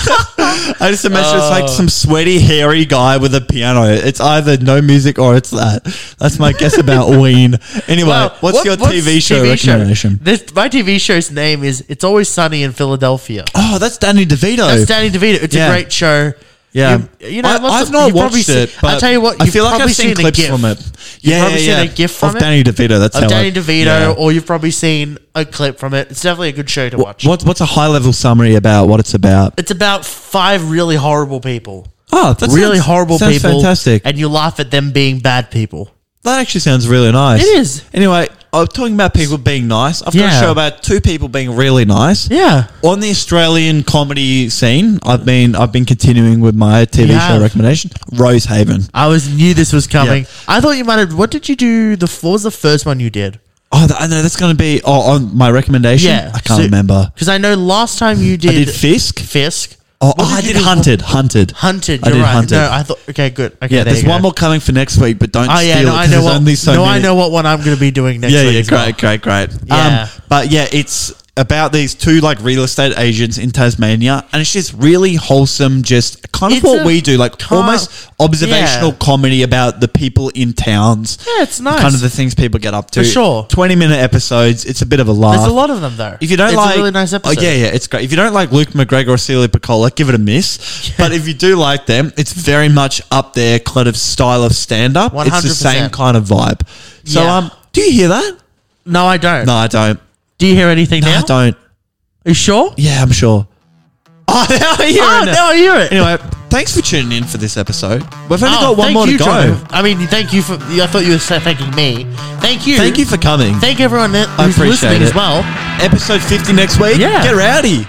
I just imagine it's
Uh.
like some sweaty, hairy guy with a piano. It's either no music or it's that. That's my guess about Ween. Anyway,
Wow,
what's
what-
your TV show
show?
recommendation?
This, my TV show's name is It's Always Sunny in Philadelphia.
Oh, that's Danny DeVito.
That's Danny Devito. It's
Yeah.
a great show.
Yeah,
You, you know,
I,
lots
I've
of-
not
you've probably
watched
seen-
it. But
I tell you what,
I
you've
feel like I've
probably
seen,
seen a
clips
gif.
from it.
You've
yeah, yeah,
probably seen
yeah.
a gif from
of
it.
Danny DeVito. That's
of
how
Danny
I,
DeVito,
yeah.
or you've probably seen a clip from it. It's definitely a good show to watch.
What, what's a high level summary about what it's about?
It's about five really horrible people.
Oh, that's
really horrible
sounds
people.
Fantastic.
And you laugh at them being bad people.
that actually sounds really nice.
It is.
Anyway, I'm talking about people being nice. I've got a
Yeah.
show about two people being really nice.
Yeah.
On the Australian comedy scene, I've been I've been continuing with my TV
You
show
have.
recommendation, Rosehaven.
I was knew this was coming. I thought you might have. What did you do? The what was the first one you did?
Oh, th- I know that's going to be oh, on my recommendation. I can't remember.
because I know last time you did,
I did Fisk.
Fisk.
Oh,
What
oh, I did
you do?
hunted, hunted,
Hunted.
I
You're
did
right.
hunted.
No, I thought. Okay, good. Okay,
yeah,
there
there's
you go.
one more coming for next week, but don't
Oh
steal
yeah,
it
no,
'cause
I know
there's
what.
only so
no,
many.
I know what one I'm going to be doing next.
yeah,
week
yeah,
as well.
great, great, great.
Yeah.
Um, but yeah, it's about these two like real estate agents in Tasmania, and it's just really wholesome, just kind of
It's
what
a
we do, like
car-
almost observational
Yeah.
comedy about the people in towns.
Yeah, it's nice.
Kind of the things people get up to.
For sure.
twenty minute episodes. It's a bit of a laugh.
There's a lot of them though.
Uh, If you don't
it's
like,
a really nice episode.
Oh, yeah, yeah, it's great. If you don't like Luke McGregor or Celia Piccola, give it a miss. But if you do like them, it's very much up there kind of style of stand up. It's the same
100%.
kind of vibe. So,
Yeah.
um, do you hear that?
No, I don't.
No, I don't.
Do you hear anything
No,
now?
I don't.
Are you sure?
Yeah, I'm sure. Oh, now I hear
Oh,
it.
now I hear it.
Anyway, thanks for tuning in for this episode. We've only
Oh,
got one
thank
more to
you,
go.
Joe. I mean, thank you for. I thought you were sa- thanking me. Thank you.
Thank you for coming.
Thank everyone that,
I
who's
appreciate
listening
it.
as well.
Episode 50 next week.
Yeah.
Get rowdy.